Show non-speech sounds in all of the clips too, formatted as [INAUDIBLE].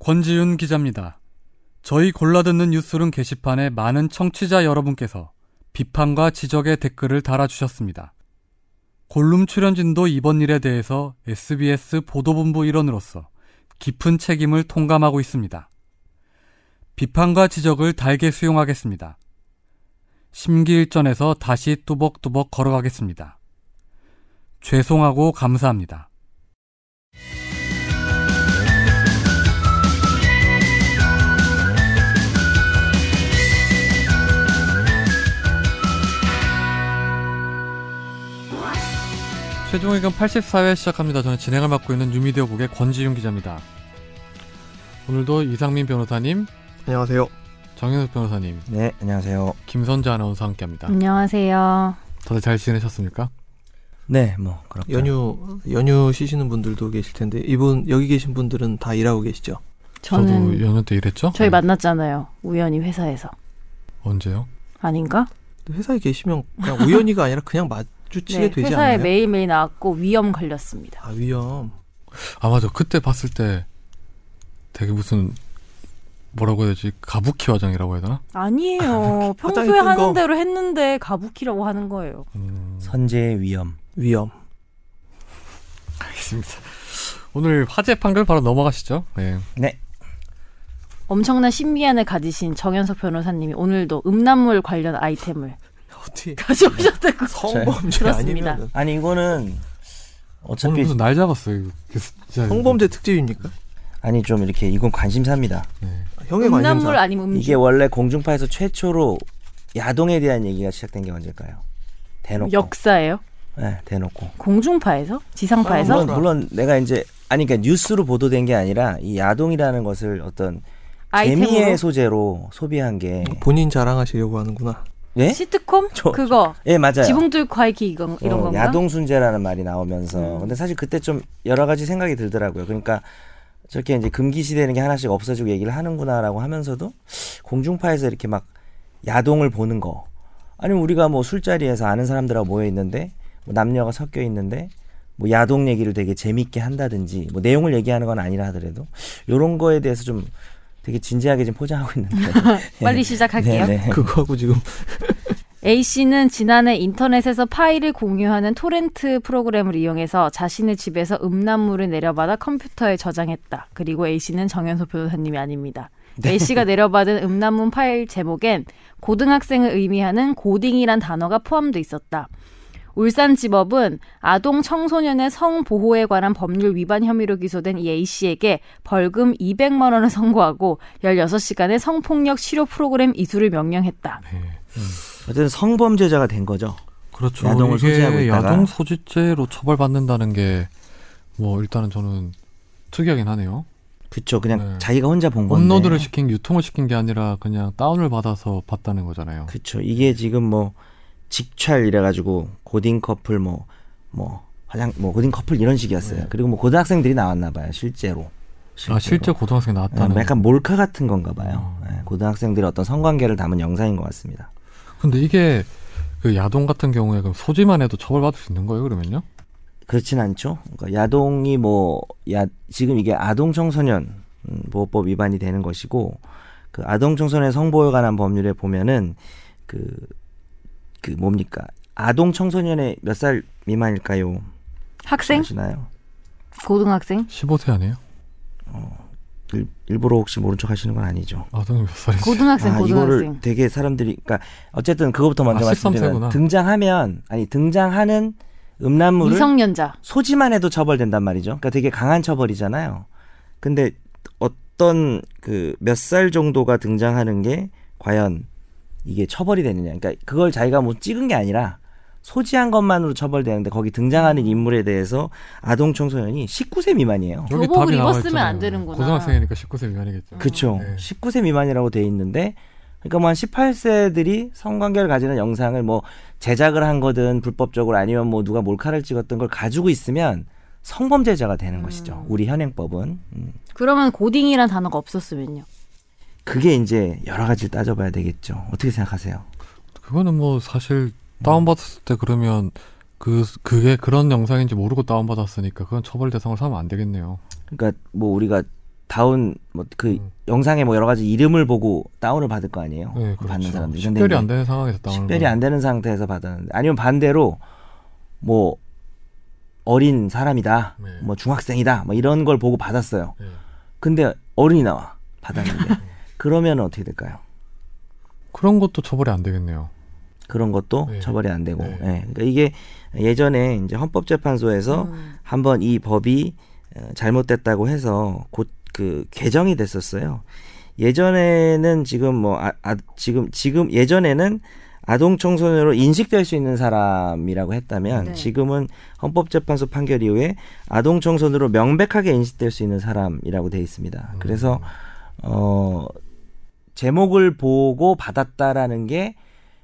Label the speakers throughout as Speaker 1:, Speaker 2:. Speaker 1: 권지윤 기자입니다. 저희 골라듣는 뉴스룸 게시판에 많은 청취자 여러분께서 비판과 지적의 댓글을 달아주셨습니다. 골룸 출연진도 이번 일에 대해서 SBS 보도본부 일원으로서 깊은 책임을 통감하고 있습니다. 비판과 지적을 달게 수용하겠습니다. 심기일전에서 다시 뚜벅뚜벅 걸어가겠습니다. 죄송하고 감사합니다. 최종 의견 84회 시작합니다. 저는 진행을 맡고 있는 뉴미디어국의 권지윤 기자입니다. 오늘도 이상민 변호사님,
Speaker 2: 안녕하세요.
Speaker 1: 정현석 변호사님,
Speaker 3: 네, 안녕하세요.
Speaker 1: 김선재 아나운서와 함께합니다.
Speaker 4: 음. 안녕하세요.
Speaker 1: 다들 잘 지내셨습니까?
Speaker 3: 네, 뭐 그렇죠.
Speaker 2: 연휴 연휴 쉬시는 분들도 계실 텐데 이분 여기 계신 분들은 다 일하고 계시죠?
Speaker 4: 저는
Speaker 1: 저도 연휴 때 일했죠.
Speaker 4: 저희
Speaker 1: 네.
Speaker 4: 만났잖아요. 우연히 회사에서
Speaker 1: 언제요?
Speaker 4: 아닌가?
Speaker 2: 근데 회사에 계시면 그냥 우연히가 아니라 그냥 마주치게
Speaker 4: 네,
Speaker 2: 되지
Speaker 4: 회사에
Speaker 2: 않나요?
Speaker 4: 매일 매일 나왔고 위염 걸렸습니다.
Speaker 2: 아 위험.
Speaker 1: 아 맞아. 그때 봤을 때 되게 무슨 뭐라고 해야 되지? 가부키 화장이라고 해야 되나?
Speaker 4: 아니에요.
Speaker 2: 화장이
Speaker 4: 평소에
Speaker 2: 뜬 거.
Speaker 4: 하는 대로 했는데 가부키라고 하는 거예요.
Speaker 1: 음,
Speaker 3: 선제의 위험.
Speaker 2: 위험.
Speaker 1: 알겠습니다. 오늘 화제 판결 바로 넘어가시죠. 네.
Speaker 3: 네.
Speaker 4: 엄청난 신비안을 가지신 정현석 변호사님이 오늘도 음란물 관련 아이템을 [LAUGHS]
Speaker 2: 어떻게 네.
Speaker 4: 가져오셨다고.
Speaker 2: 성범죄
Speaker 4: 그렇습니다.
Speaker 2: 아니면
Speaker 3: 아니 이거는
Speaker 1: 오늘
Speaker 3: 어차피
Speaker 1: 무슨 날 잡았어요. 이거. 진짜
Speaker 2: 성범죄 특집입니까?
Speaker 3: 아니 좀 이렇게 이건 관심사입니다.
Speaker 1: 네.
Speaker 2: 형의 관심사.
Speaker 4: 음란물 아니면
Speaker 3: 이게
Speaker 4: 음주.
Speaker 3: 원래 공중파에서 최초로 야동에 대한 얘기가 시작된 게 언제일까요? 대놓고.
Speaker 4: 역사예요?
Speaker 3: 네, 대놓고.
Speaker 4: 공중파에서? 지상파에서?
Speaker 3: 물론 물론 내가 이제 아니 그러니까 뉴스로 보도된 게 아니라 이 야동이라는 것을 어떤 재미의
Speaker 4: 아이템으로?
Speaker 3: 소재로 소비한 게
Speaker 2: 본인 자랑하시려고 하는구나.
Speaker 3: 네?
Speaker 4: 시트콤?
Speaker 3: 저-
Speaker 4: 그거.
Speaker 3: 예, 맞아요.
Speaker 4: 음. 지붕 뚫고 하이키 이건, 이런
Speaker 3: 어,
Speaker 4: 건가?
Speaker 3: 야동 순재라는 말이 나오면서
Speaker 4: 음.
Speaker 3: 근데 사실 그때 좀 여러 가지 생각이 들더라고요. 그러니까 저렇게 이제 금기시되는 게 하나씩 없어지고 얘기를 하는구나라고 하면서도 공중파에서 이렇게 막 야동을 보는 거 아니면 우리가 뭐 술자리에서 아는 사람들하고 모여 있는데 뭐 남녀가 섞여 있는데 뭐 야동 얘기를 되게 재밌게 한다든지 뭐 내용을 얘기하는 건 아니라 하더라도 요런 거에 대해서 좀 되게 진지하게 지금 포장하고 있는데
Speaker 4: 빨리 [LAUGHS] 시작할게요.
Speaker 3: 네네.
Speaker 2: 그거하고 지금
Speaker 4: A 씨는 지난해 인터넷에서 파일을 공유하는 토렌트 프로그램을 이용해서 자신의 집에서 음란물을 내려받아 컴퓨터에 저장했다. 그리고 A 씨는 정현소 변호사님이 아닙니다. A 씨가 내려받은 음란물 파일 제목엔 고등학생을 의미하는 고딩이란 단어가 포함돼 있었다. 울산지법은 아동 청소년의 성보호에 관한 법률 위반 혐의로 기소된 이 A씨에게 벌금 200만 원을 선고하고 16시간의 성폭력 치료 프로그램 이수를 명령했다.
Speaker 1: 네.
Speaker 3: 어쨌든 성범죄자가 된 거죠.
Speaker 1: 그렇죠.
Speaker 3: 야동을
Speaker 1: 이게
Speaker 3: 소지하고 있다가.
Speaker 1: 야동 소지죄로 처벌받는다는 게 뭐 일단은 저는 특이하긴 하네요.
Speaker 3: 그쵸 그냥
Speaker 1: 네.
Speaker 3: 자기가 혼자 본 건데
Speaker 1: 업로드를 시킨 유통을 시킨 게 아니라 그냥 다운을 받아서 봤다는 거잖아요.
Speaker 3: 그렇죠. 이게 지금 뭐 직찰 이래가지고 고딩 커플 뭐 뭐 화장 뭐 고딩 커플 이런 식이었어요. 그리고 뭐 고등학생들이 나왔나 봐요 실제로.
Speaker 1: 네. 아 실제 고등학생
Speaker 3: 예,
Speaker 1: 나왔다는. 음.
Speaker 3: 뭐 약간 몰카 같은 건가 봐요. 예, 고등학생들의 어떤 성관계를 담은 영상인 것 같습니다.
Speaker 1: 근데 이게 그 야동 같은 경우에 그럼 소지만 해도 처벌받을 수 있는 거예요 그러면요?
Speaker 3: 그렇진 않죠. 그러니까 야동이 뭐 야 지금 이게 아동 청소년 음, 보호법 위반이 되는 것이고 그 아동 청소년 성보호에 관한 법률에 보면은 그 그 뭡니까 아동 청소년의 몇 살 미만일까요?
Speaker 4: 학생?
Speaker 3: 아시나요?
Speaker 4: 고등학생?
Speaker 1: 15세 아니에요?
Speaker 3: 일, 일부러 혹시 모른 척 하시는 건 아니죠?
Speaker 1: 아동이 몇 살이지?
Speaker 4: 고등학생,
Speaker 3: 아, 이거를
Speaker 4: 고등학생.
Speaker 3: 되게 사람들이 그러니까 어쨌든 그거부터 먼저
Speaker 1: 아, 13 세구나.
Speaker 3: 말씀드리면 등장하면 아니 등장하는 음란물을
Speaker 4: 미성년자.
Speaker 3: 소지만 해도 처벌된단 말이죠. 그러니까 되게 강한 처벌이잖아요. 근데 어떤 그 몇 살 정도가 등장하는 게 과연 이게 처벌이 되느냐. 그러니까 그걸 자기가 뭐 찍은 게 아니라 소지한 것만으로 처벌되는데 거기 등장하는 인물에 대해서 아동 청소년이 19세 미만이에요.
Speaker 1: 여기
Speaker 4: 교복을
Speaker 1: 답이 나와
Speaker 4: 입었으면
Speaker 1: 있잖아요.
Speaker 4: 안 되는구나.
Speaker 1: 고등학생이니까 19세 미만이겠죠.
Speaker 3: 그쵸.
Speaker 1: 네.
Speaker 3: 19세 미만이라고 돼 있는데, 그러니까 뭐 한 18세들이 성관계를 가지는 영상을 뭐 제작을 한 거든 불법적으로 아니면 뭐 누가 몰카를 찍었던 걸 가지고 있으면 성범죄자가
Speaker 1: 음.
Speaker 3: 되는 것이죠. 우리 현행법은. 음.
Speaker 4: 그러면 고딩이란 단어가 없었으면요.
Speaker 3: 그게 이제 여러 가지 따져봐야 되겠죠. 어떻게 생각하세요?
Speaker 1: 그거는 뭐 사실 다운받았을 때 그러면 그 그게 그런 영상인지 모르고 다운받았으니까 그건 처벌 대상을 삼으면 안 되겠네요.
Speaker 3: 그러니까 뭐 우리가 다운 뭐 그
Speaker 1: 음.
Speaker 3: 영상에 뭐 여러 가지 이름을 보고 다운을 받을 거 아니에요.
Speaker 1: 네, 그렇죠.
Speaker 3: 받는 사람들이. 근데
Speaker 1: 식별이
Speaker 3: 이제
Speaker 1: 안 되는 상황에서 다운을
Speaker 3: 식별이 안 되는 상태에서 받았는데 아니면 반대로 뭐 어린 사람이다.
Speaker 1: 네.
Speaker 3: 뭐 중학생이다. 뭐 이런 걸 보고 받았어요.
Speaker 1: 받는- 예.
Speaker 3: 근데 어른이 나와
Speaker 1: [LAUGHS]
Speaker 3: 받았는데 그러면 어떻게 될까요?
Speaker 1: 그런 것도 처벌이 안 되겠네요.
Speaker 3: 그런 것도
Speaker 1: 네.
Speaker 3: 처벌이 안 되고
Speaker 1: 네.
Speaker 3: 예. 그러니까 이게 예전에 이제 헌법재판소에서
Speaker 4: 음.
Speaker 3: 한번 이 법이 어, 잘못됐다고 해서 곧 그 개정이 됐었어요. 예전에는 지금 뭐 아, 아, 지금 지금 예전에는 아동 청소년으로 인식될 수 있는 사람이라고 했다면
Speaker 4: 네.
Speaker 3: 지금은 헌법재판소 판결 이후에 아동 청소년으로 명백하게 인식될 수 있는 사람이라고 돼 있습니다.
Speaker 1: 음.
Speaker 3: 그래서 어 제목을 보고 받았다라는 게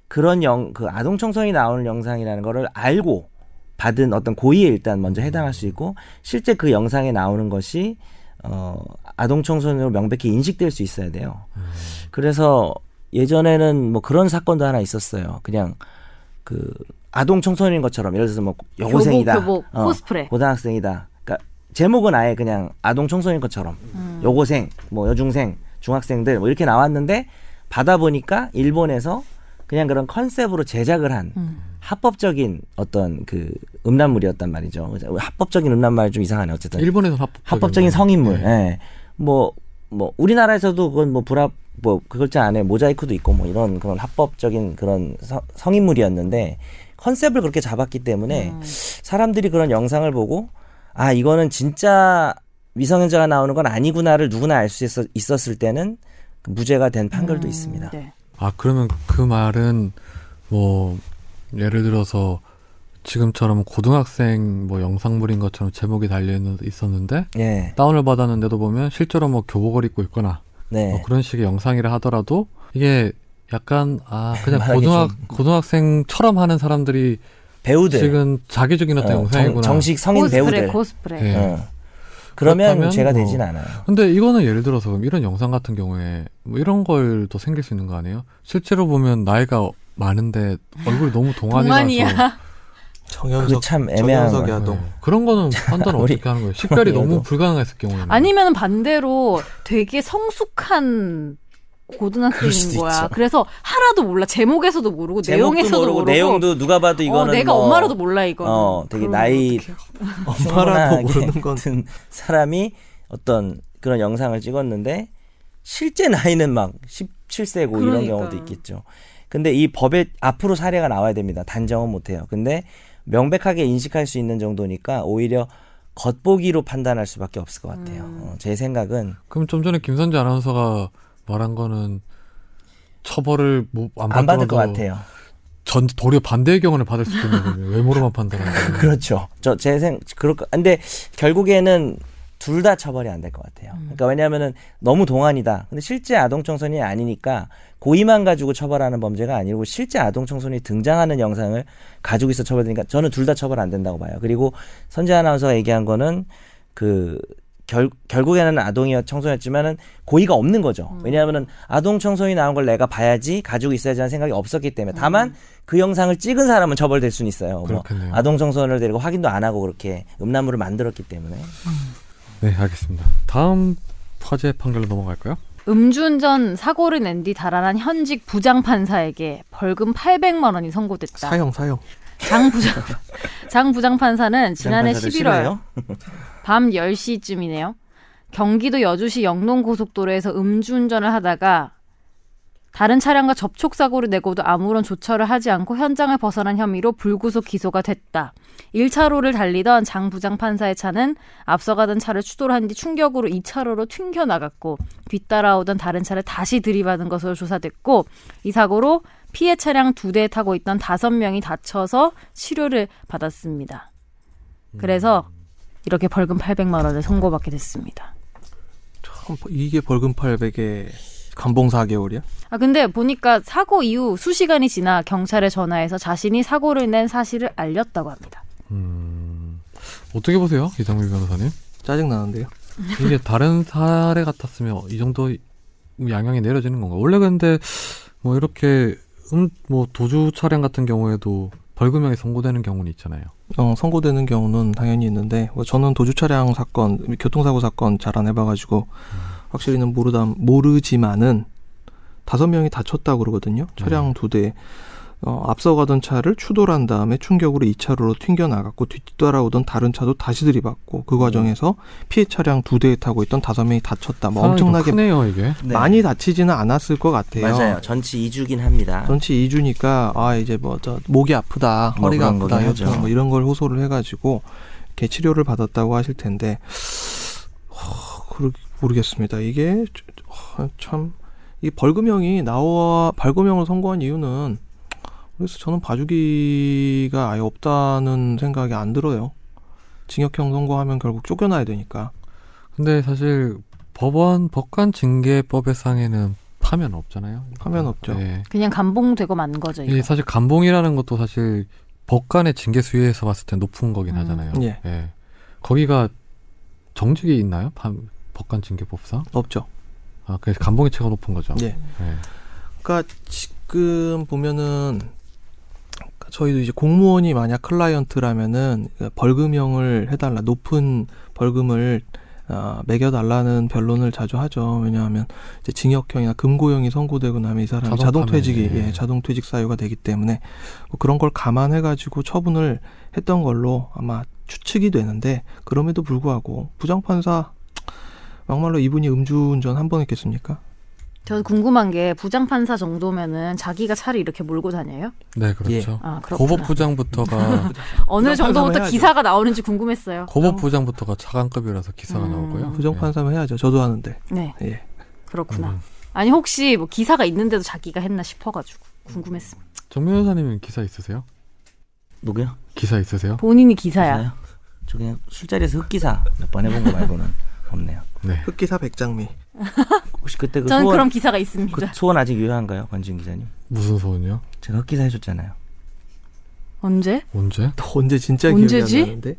Speaker 3: 그런 영 그 아동 청소년이 나오는 영상이라는 거를 알고 받은 어떤 고의에 일단 먼저 해당할 수 있고 실제 그 영상에 나오는 것이 어 아동 청소년으로 명백히 인식될 수 있어야 돼요. 그래서 예전에는 뭐 그런 사건도 하나 있었어요. 그냥 그 아동 청소년인 것처럼 예를 들어서 뭐 여고생이다.
Speaker 4: 교복, 교복,
Speaker 3: 어,
Speaker 4: 코스프레.
Speaker 3: 고등학생이다. 그러니까 제목은 아예 그냥 아동 청소년인 것처럼 여고생, 뭐 여중생, 중학생들 뭐 이렇게 나왔는데 받아 보니까 일본에서 그냥 그런 컨셉으로 제작을
Speaker 4: 음.
Speaker 3: 한 합법적인 어떤 그 음란물이었단 말이죠. 합법적인 음란말 좀 이상하네. 어쨌든
Speaker 1: 일본에서 합법
Speaker 3: 합법적인 성인물.
Speaker 1: 네.
Speaker 3: 예. 뭐, 뭐, 우리나라에서도 그건 뭐, 불합, 뭐, 그글자 안에 모자이크도 있고 뭐, 이런 그런 합법적인 그런 서- 성인물이었는데, 컨셉을 그렇게 잡았기 때문에, 사람들이 그런 영상을 보고, 아, 이거는 진짜 미성년자가 나오는 건 아니구나를 누구나 알 수 있었을 때는, 그 무죄가 된 판결도
Speaker 4: 음,
Speaker 3: 있습니다.
Speaker 4: 네.
Speaker 1: 아 그러면 그 말은 뭐 예를 들어서 지금처럼 고등학생 뭐 영상물인 것처럼 제목이 달려 있는- 있었는데
Speaker 3: 예,
Speaker 1: 다운을 받았는데도 보면 실제로 뭐 교복을 입고 있거나
Speaker 3: 네.
Speaker 1: 뭐 그런 식의 영상이라 하더라도 이게 약간 아 그냥
Speaker 3: 말하기
Speaker 1: 고등학 고등학생처럼 하는 사람들이
Speaker 3: 배우들.
Speaker 1: 지금 자기적인 어떤
Speaker 3: 어,
Speaker 1: 영상이구나.
Speaker 3: 정, 식 성인
Speaker 4: 코스프레,
Speaker 3: 배우들.
Speaker 4: 코스프레.
Speaker 1: 예.
Speaker 3: 어. 그러면
Speaker 1: 그렇다면
Speaker 3: 죄가
Speaker 1: 뭐-
Speaker 3: 되진 않아요.
Speaker 1: 근데 이거는 예를 들어서 그럼 이런 영상 같은 경우에 뭐 이런 걸 또 생길 수 있는 거 아니에요? 실제로 보면 나이가 많은데 얼굴이 너무 동안이
Speaker 4: 동안이야.
Speaker 1: 나서 음.
Speaker 2: 정현석
Speaker 3: 그거 참 애매한
Speaker 2: 정현석
Speaker 3: 거야.
Speaker 2: 야동.
Speaker 1: 네. 그런 거는 판단
Speaker 3: 우리-
Speaker 1: 어떻게 하는 거예요? 식별이
Speaker 3: 우리
Speaker 1: 너무
Speaker 3: 여동.
Speaker 1: 불가능했을 경우에는
Speaker 4: 아니면 반대로 되게 성숙한
Speaker 3: 그럴
Speaker 4: 고등학생인
Speaker 3: 수도
Speaker 4: 거야.
Speaker 3: 있죠.
Speaker 4: 그래서 하나도 몰라. 제목에서도 모르고
Speaker 3: 제목도
Speaker 4: 그 내용에서도
Speaker 3: 모르고,
Speaker 4: 모르고,
Speaker 3: 내용도 누가 봐도
Speaker 4: 어,
Speaker 3: 이거는
Speaker 4: 내가
Speaker 3: 뭐
Speaker 4: 엄마라도 몰라 이거.
Speaker 3: 어, 되게 나이-
Speaker 2: 엄마라도
Speaker 3: 충분하게
Speaker 2: 모르는 건-
Speaker 3: 같은 사람이 어떤 그런 영상을 찍었는데 실제 나이는 막 17세고 이런
Speaker 4: 그러니까.
Speaker 3: 경우도 있겠죠. 근데 이 법에 앞으로 사례가 나와야 됩니다. 단정은 못해요. 근데 명백하게 인식할 수 있는 정도니까 오히려 겉보기로 판단할 수밖에 없을 것 같아요.
Speaker 4: 음.
Speaker 3: 어, 제 생각은
Speaker 1: 그럼 좀 전에 김선재 아나운서가 말한 거는 처벌을 뭐 안
Speaker 3: 안 받을 것
Speaker 1: 받더라도
Speaker 3: 같아요.
Speaker 1: 전 도리어 반대의 경우는 받을 수도 있는 거예요. [LAUGHS] 외모로만 판단하는 거.
Speaker 3: [LAUGHS] 그렇죠. 저 제 생 그럴 거- 근데 결국에는 둘 다 처벌이 안 될 것 같아요. 그러니까 왜냐하면은 너무 동안이다. 근데 실제 아동 청소년이 아니니까 고의만 가지고 처벌하는 범죄가 아니고 실제 아동 청소년이 등장하는 영상을 가지고 있어 처벌되니까 저는 둘 다 처벌 안 된다고 봐요. 그리고 선재 아나운서가 얘기한 거는 그 결, 결국에는 아동이 청소년이었지만은 고의가 없는 거죠.
Speaker 4: 음.
Speaker 3: 왜냐하면은 아동 청소년이 나온 걸 내가 봐야지 가지고 있어야지 하는 생각이 없었기 때문에 다만
Speaker 4: 음.
Speaker 3: 그 영상을 찍은 사람은 처벌될 수는 있어요. 뭐
Speaker 1: 그렇겠네요.
Speaker 3: 아동 청소년을 데리고 확인도 안 하고 그렇게 음란물을 만들었기 때문에
Speaker 1: 네, 알겠습니다. 다음 화제 판결로 넘어갈까요?
Speaker 4: 음주운전 사고를 낸 뒤 달아난 현직 부장 판사에게 벌금 800만 원이 선고됐다.
Speaker 2: 사형 사형.
Speaker 4: 장 [LAUGHS] 부장 장 부장 판사는 지난해
Speaker 3: 부장판사들
Speaker 4: 11월
Speaker 3: 싫어해요?
Speaker 4: 밤 10시쯤이네요. 경기도 여주시 영동 고속도로에서 음주운전을 하다가 다른 차량과 접촉 사고를 내고도 아무런 조처를 하지 않고 현장을 벗어난 혐의로 불구속 기소가 됐다. 1차로를 달리던 장 부장 판사의 차는 앞서가던 차를 추돌한 뒤 충격으로 2차로로 튕겨 나갔고 뒤따라오던 다른 차를 다시 들이받은 것으로 조사됐고 이 사고로 피해 차량 두 대 타고 있던 다섯 명이 다쳐서 치료를 받았습니다. 그래서 이렇게 벌금 800만 원을 선고받게 됐습니다.
Speaker 2: 참, 이게 벌금 800에 감봉 4개월이야?
Speaker 4: 아 근데 보니까 사고 이후 수시간이 지나 경찰에 전화해서 자신이 사고를 낸 사실을 알렸다고 합니다.
Speaker 1: 음, 어떻게 보세요, 이상민 변호사님?
Speaker 2: 짜증 나는데요.
Speaker 1: 이게 다른 사례 같았으면 이 정도 양형이 내려지는 건가? 원래 근데 뭐 이렇게 음, 뭐 도주 차량 같은 경우에도 벌금형이 선고되는 경우는 있잖아요.
Speaker 2: 어, 선고되는 경우는 당연히 있는데 뭐 저는 도주 차량 사건, 교통사고 사건 잘 안 해봐가지고 확실히는 모르다 모르지만은 다섯 명이 다쳤다 그러거든요. 차량 두 대. 어, 앞서가던 차를 추돌한 다음에 충격으로 이 차로로 튕겨 나갔고 뒤따라오던 다른 차도 다시 들이받고 그 과정에서 피해 차량 두 대에 타고 있던 다섯 명이 다쳤다. 뭐
Speaker 1: 사람이 더
Speaker 2: 엄청나게
Speaker 1: 크네요 이게.
Speaker 3: 네.
Speaker 2: 많이 다치지는 않았을 것 같아요.
Speaker 3: 맞아요. 전치 2주긴 합니다.
Speaker 2: 전치 2주니까 아 이제 뭐 저 목이 아프다
Speaker 3: 뭐
Speaker 2: 허리가
Speaker 3: 그런 거긴
Speaker 2: 아프다
Speaker 3: 하죠.
Speaker 2: 협정 뭐 이런 걸 호소를 해가지고 이렇게 치료를 받았다고 하실 텐데 어, 그러- 모르겠습니다 이게 참 이 벌금형이 나와 벌금형을 선고한 이유는 그래서 저는 봐주기가 아예 없다는 생각이 안 들어요 징역형 선고하면 결국 쫓겨나야 되니까
Speaker 1: 근데 사실 법원 법관 징계법의 상에는 파면 없잖아요.
Speaker 2: 파면 없죠.
Speaker 1: 네.
Speaker 4: 그냥 감봉되고 만 거죠.
Speaker 1: 이
Speaker 4: 이거.
Speaker 1: 사실 감봉이라는 것도 사실 법관의 징계 수위에서 봤을 때 높은 거긴
Speaker 4: 음.
Speaker 1: 하잖아요.
Speaker 2: 예.
Speaker 1: 거기가 정직이 있나요? 반- 법관 징계법상?
Speaker 2: 없죠
Speaker 1: 아, 그 감봉이 최고 높은 거죠.
Speaker 2: 예. 그러니까 지금 보면은 저희도 이제 공무원이 만약 클라이언트라면은 벌금형을 해달라 높은 벌금을 아, 매겨달라는 변론을 자주 하죠. 왜냐하면 이제 징역형이나 금고형이 선고되고 나면 이 사람
Speaker 1: 자동
Speaker 2: 자동 퇴직이
Speaker 1: 파면, 예.
Speaker 2: 예, 자동 퇴직 사유가 되기 때문에 뭐 그런 걸 감안해가지고 처분을 했던 걸로 아마 추측이 되는데 그럼에도 불구하고 부장판사 막말로 이분이 음주운전 한 번 했겠습니까?
Speaker 4: 저 궁금한 게 부장 판사 정도면은 자기가 차를 이렇게 몰고 다녀요?
Speaker 1: 네, 그렇죠.
Speaker 4: 아 [LAUGHS] 그렇구나.
Speaker 1: 고법 부장부터가
Speaker 4: 어느
Speaker 2: 부장 판사만
Speaker 4: 정도부터
Speaker 2: 해야죠.
Speaker 4: 기사가 나오는지 궁금했어요.
Speaker 1: 고법 부장부터가 차관급이라서 기사가
Speaker 4: 음.
Speaker 1: 나오고요. 네.
Speaker 2: 부정판사만 해야죠. 저도 하는데.
Speaker 4: 네,
Speaker 2: 예.
Speaker 4: 그렇구나.
Speaker 1: 음.
Speaker 4: 아니 혹시 뭐 기사가 있는데도 자기가 했나 싶어가지고 궁금했습니다.
Speaker 1: 정 변호사님은 기사 있으세요?
Speaker 3: 누구요?
Speaker 1: 기사 있으세요?
Speaker 4: 본인이 기사야.
Speaker 3: 저요? 저 그냥 술자리에서 흑기사 몇 번 해본 거 말고는 없네요.
Speaker 1: 네.
Speaker 2: 흑기사 백장미.
Speaker 3: 혹시 그때 그
Speaker 4: 저는
Speaker 3: 소원
Speaker 4: 그런 기사가 있습니다.
Speaker 3: 그 소원 아직 유효한가요, 권지윤 기자님?
Speaker 1: 무슨 소원이요?
Speaker 3: 제가 흑기사 해줬잖아요.
Speaker 4: 언제?
Speaker 1: 언제?
Speaker 2: 또 언제 진짜
Speaker 4: 언제지?
Speaker 2: 기억이 안 나는데?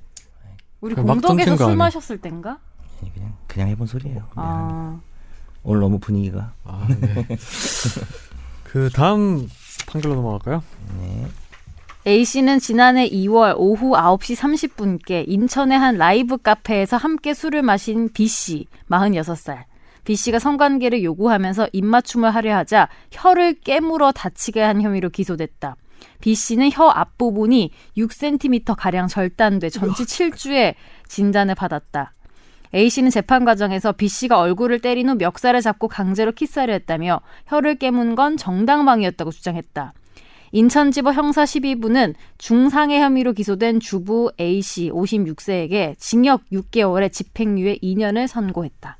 Speaker 4: 우리
Speaker 1: 그냥 막
Speaker 4: 공덕에서
Speaker 1: 던진 거
Speaker 4: 술
Speaker 1: 아니야?
Speaker 4: 마셨을 땐가?
Speaker 3: 아니, 그냥 그냥 해본 소리예요. 미안합니다.
Speaker 4: 아,
Speaker 3: 오늘 너무 분위기가
Speaker 1: 아,
Speaker 4: [LAUGHS]
Speaker 1: 네. 그 다음 판결로 넘어갈까요?
Speaker 3: 네.
Speaker 4: A 씨는 지난해 2월 오후 9시 30분께 인천의 한 라이브 카페에서 함께 술을 마신 B 씨, 46살. B 씨가 성관계를 요구하면서 입맞춤을 하려 하자 혀를 깨물어 다치게 한 혐의로 기소됐다. B 씨는 혀 앞부분이 6cm 가량 절단돼 전치 7주에 진단을 받았다. A 씨는 재판 과정에서 B 씨가 얼굴을 때린 후 멱살을 잡고 강제로 키스하려 했다며 혀를 깨문 건 정당방위였다고 주장했다. 인천지법 형사 12부는 중상해 혐의로 기소된 주부 A씨 56세에게 징역 6개월에 집행유예 2년을 선고했다.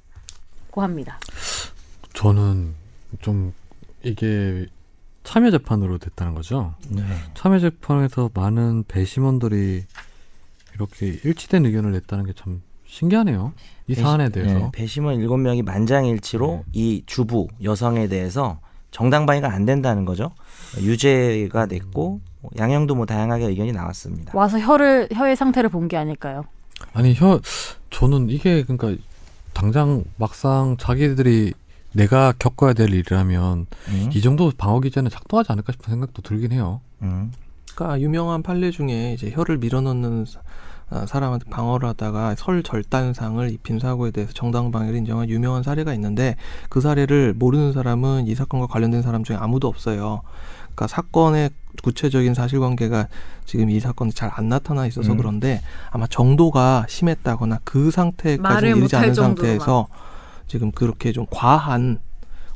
Speaker 4: 고 합니다.
Speaker 1: 저는 좀 이게 참여 재판으로 됐다는 거죠.
Speaker 3: 네.
Speaker 1: 참여 재판에서 많은 배심원들이 이렇게 일치된 의견을 냈다는 게 참 신기하네요. 이 사안에
Speaker 4: 네.
Speaker 1: 대해서.
Speaker 3: 네, 배심원 일곱 명이
Speaker 2: 네.
Speaker 3: 만장일치로 이 주부 여성에 대해서 정당 방위가 안 된다는 거죠. 유죄가 됐고 양형도 뭐 다양하게 의견이 나왔습니다.
Speaker 4: 와서 혀를 혀의 상태를 본 게 아닐까요?
Speaker 1: 아니 혀 저는 이게 그러니까 당장 막상 자기들이 내가 겪어야 될 일이라면
Speaker 3: 음.
Speaker 1: 이 정도 방어 기제는 작동하지 않을까 싶은 생각도 들긴 해요.
Speaker 3: 음.
Speaker 2: 그러니까 유명한 판례 중에 이제 혀를 밀어넣는 사- 아, 사람한테 방어를 하다가 설 절단상을 입힌 사고에 대해서 정당방위를 인정한 유명한 사례가 있는데 그 사례를 모르는 사람은 이 사건과 관련된 사람 중에 아무도 없어요. 그러니까 사건의 구체적인 사실관계가 지금 이 사건에 잘 안 나타나 있어서
Speaker 3: 음.
Speaker 2: 그런데 아마 정도가 심했다거나 그 상태까지
Speaker 4: 말을
Speaker 2: 이르지
Speaker 4: 못할
Speaker 2: 않은
Speaker 4: 정도로만.
Speaker 2: 상태에서 지금 그렇게 좀 과한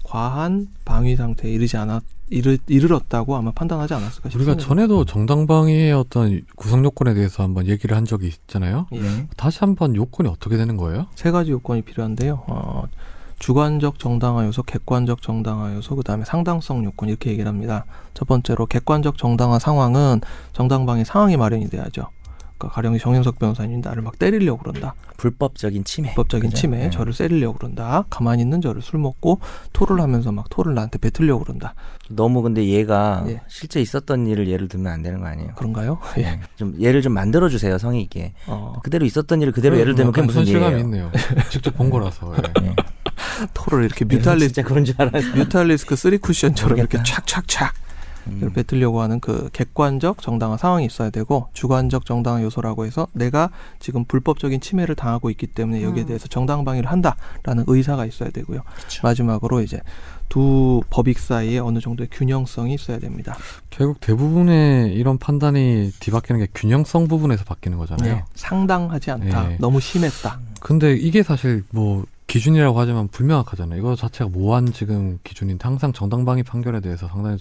Speaker 2: 과한 방위 상태에 이르지 않았 이르, 이르렀다고 아마 판단하지 않았을까
Speaker 3: 그렇죠.
Speaker 2: 싶습니다.
Speaker 1: 우리가 전에도 정당방위의 어떤 구성 요건에 대해서 한번 얘기를 한 적이 있잖아요.
Speaker 2: 예.
Speaker 3: 네.
Speaker 1: 다시 한번 요건이 어떻게 되는 거예요?
Speaker 2: 세 가지 요건이 필요한데요. 어, 주관적 정당화 요소, 객관적 정당화 요소, 그 다음에 상당성 요건 이렇게 얘기를 합니다. 첫 번째로 객관적 정당화 상황은 정당방위 상황이 마련이 돼야죠. 그러니까 가령 정현석 변호사님 나를 막 때리려고 그런다.
Speaker 3: 불법적인 침해.
Speaker 2: 법적인
Speaker 3: 그죠?
Speaker 2: 침해,
Speaker 3: 네.
Speaker 2: 저를 때리려고 그런다. 가만히 있는 저를 술 먹고 토를 하면서 막 토를 나한테 뱉으려고 그런다.
Speaker 3: 너무 근데 얘가
Speaker 2: 예.
Speaker 3: 실제 있었던 일을 예를 들면 안 되는 거 아니에요?
Speaker 2: 그런가요? [LAUGHS] 예.
Speaker 3: 네. 좀 예를 좀 만들어 주세요 성의 있게.
Speaker 2: 어,
Speaker 3: 그대로 있었던 일을 그대로 예를 들면 그게
Speaker 1: 약간
Speaker 3: 무슨
Speaker 1: 현실감이
Speaker 3: 예예요? [LAUGHS]
Speaker 1: 있네요. 직접 본 거라서. 예.
Speaker 3: 예.
Speaker 2: 토를 이렇게
Speaker 3: 뮤탈리
Speaker 2: 뮤탈리스, 네.
Speaker 3: 진짜 그런 줄 알았어.
Speaker 2: 뮤탈리스크 쓰리 쿠션처럼 이렇게
Speaker 3: 모르겠다.
Speaker 2: 착착착
Speaker 1: 음.
Speaker 2: 이걸 뱉으려고 하는 그 객관적 정당한 상황이 있어야 되고 주관적 정당한 요소라고 해서 내가 지금 불법적인 침해를 당하고 있기 때문에 여기에
Speaker 4: 음.
Speaker 2: 대해서 정당 방위를 한다라는 의사가 있어야 되고요.
Speaker 3: 그쵸.
Speaker 2: 마지막으로 이제 두 법익 사이에 어느 정도의 균형성이 있어야 됩니다.
Speaker 1: 결국 대부분의 이런 판단이 뒤바뀌는 게 균형성 부분에서 바뀌는 거잖아요.
Speaker 2: 네. 상당하지 않다.
Speaker 1: 네.
Speaker 2: 너무 심했다.
Speaker 1: 근데 이게 사실 뭐 기준이라고 하지만 불명확하잖아요. 이거 자체가 모한 지금 기준인데 항상 정당방위 판결에 대해서 상당히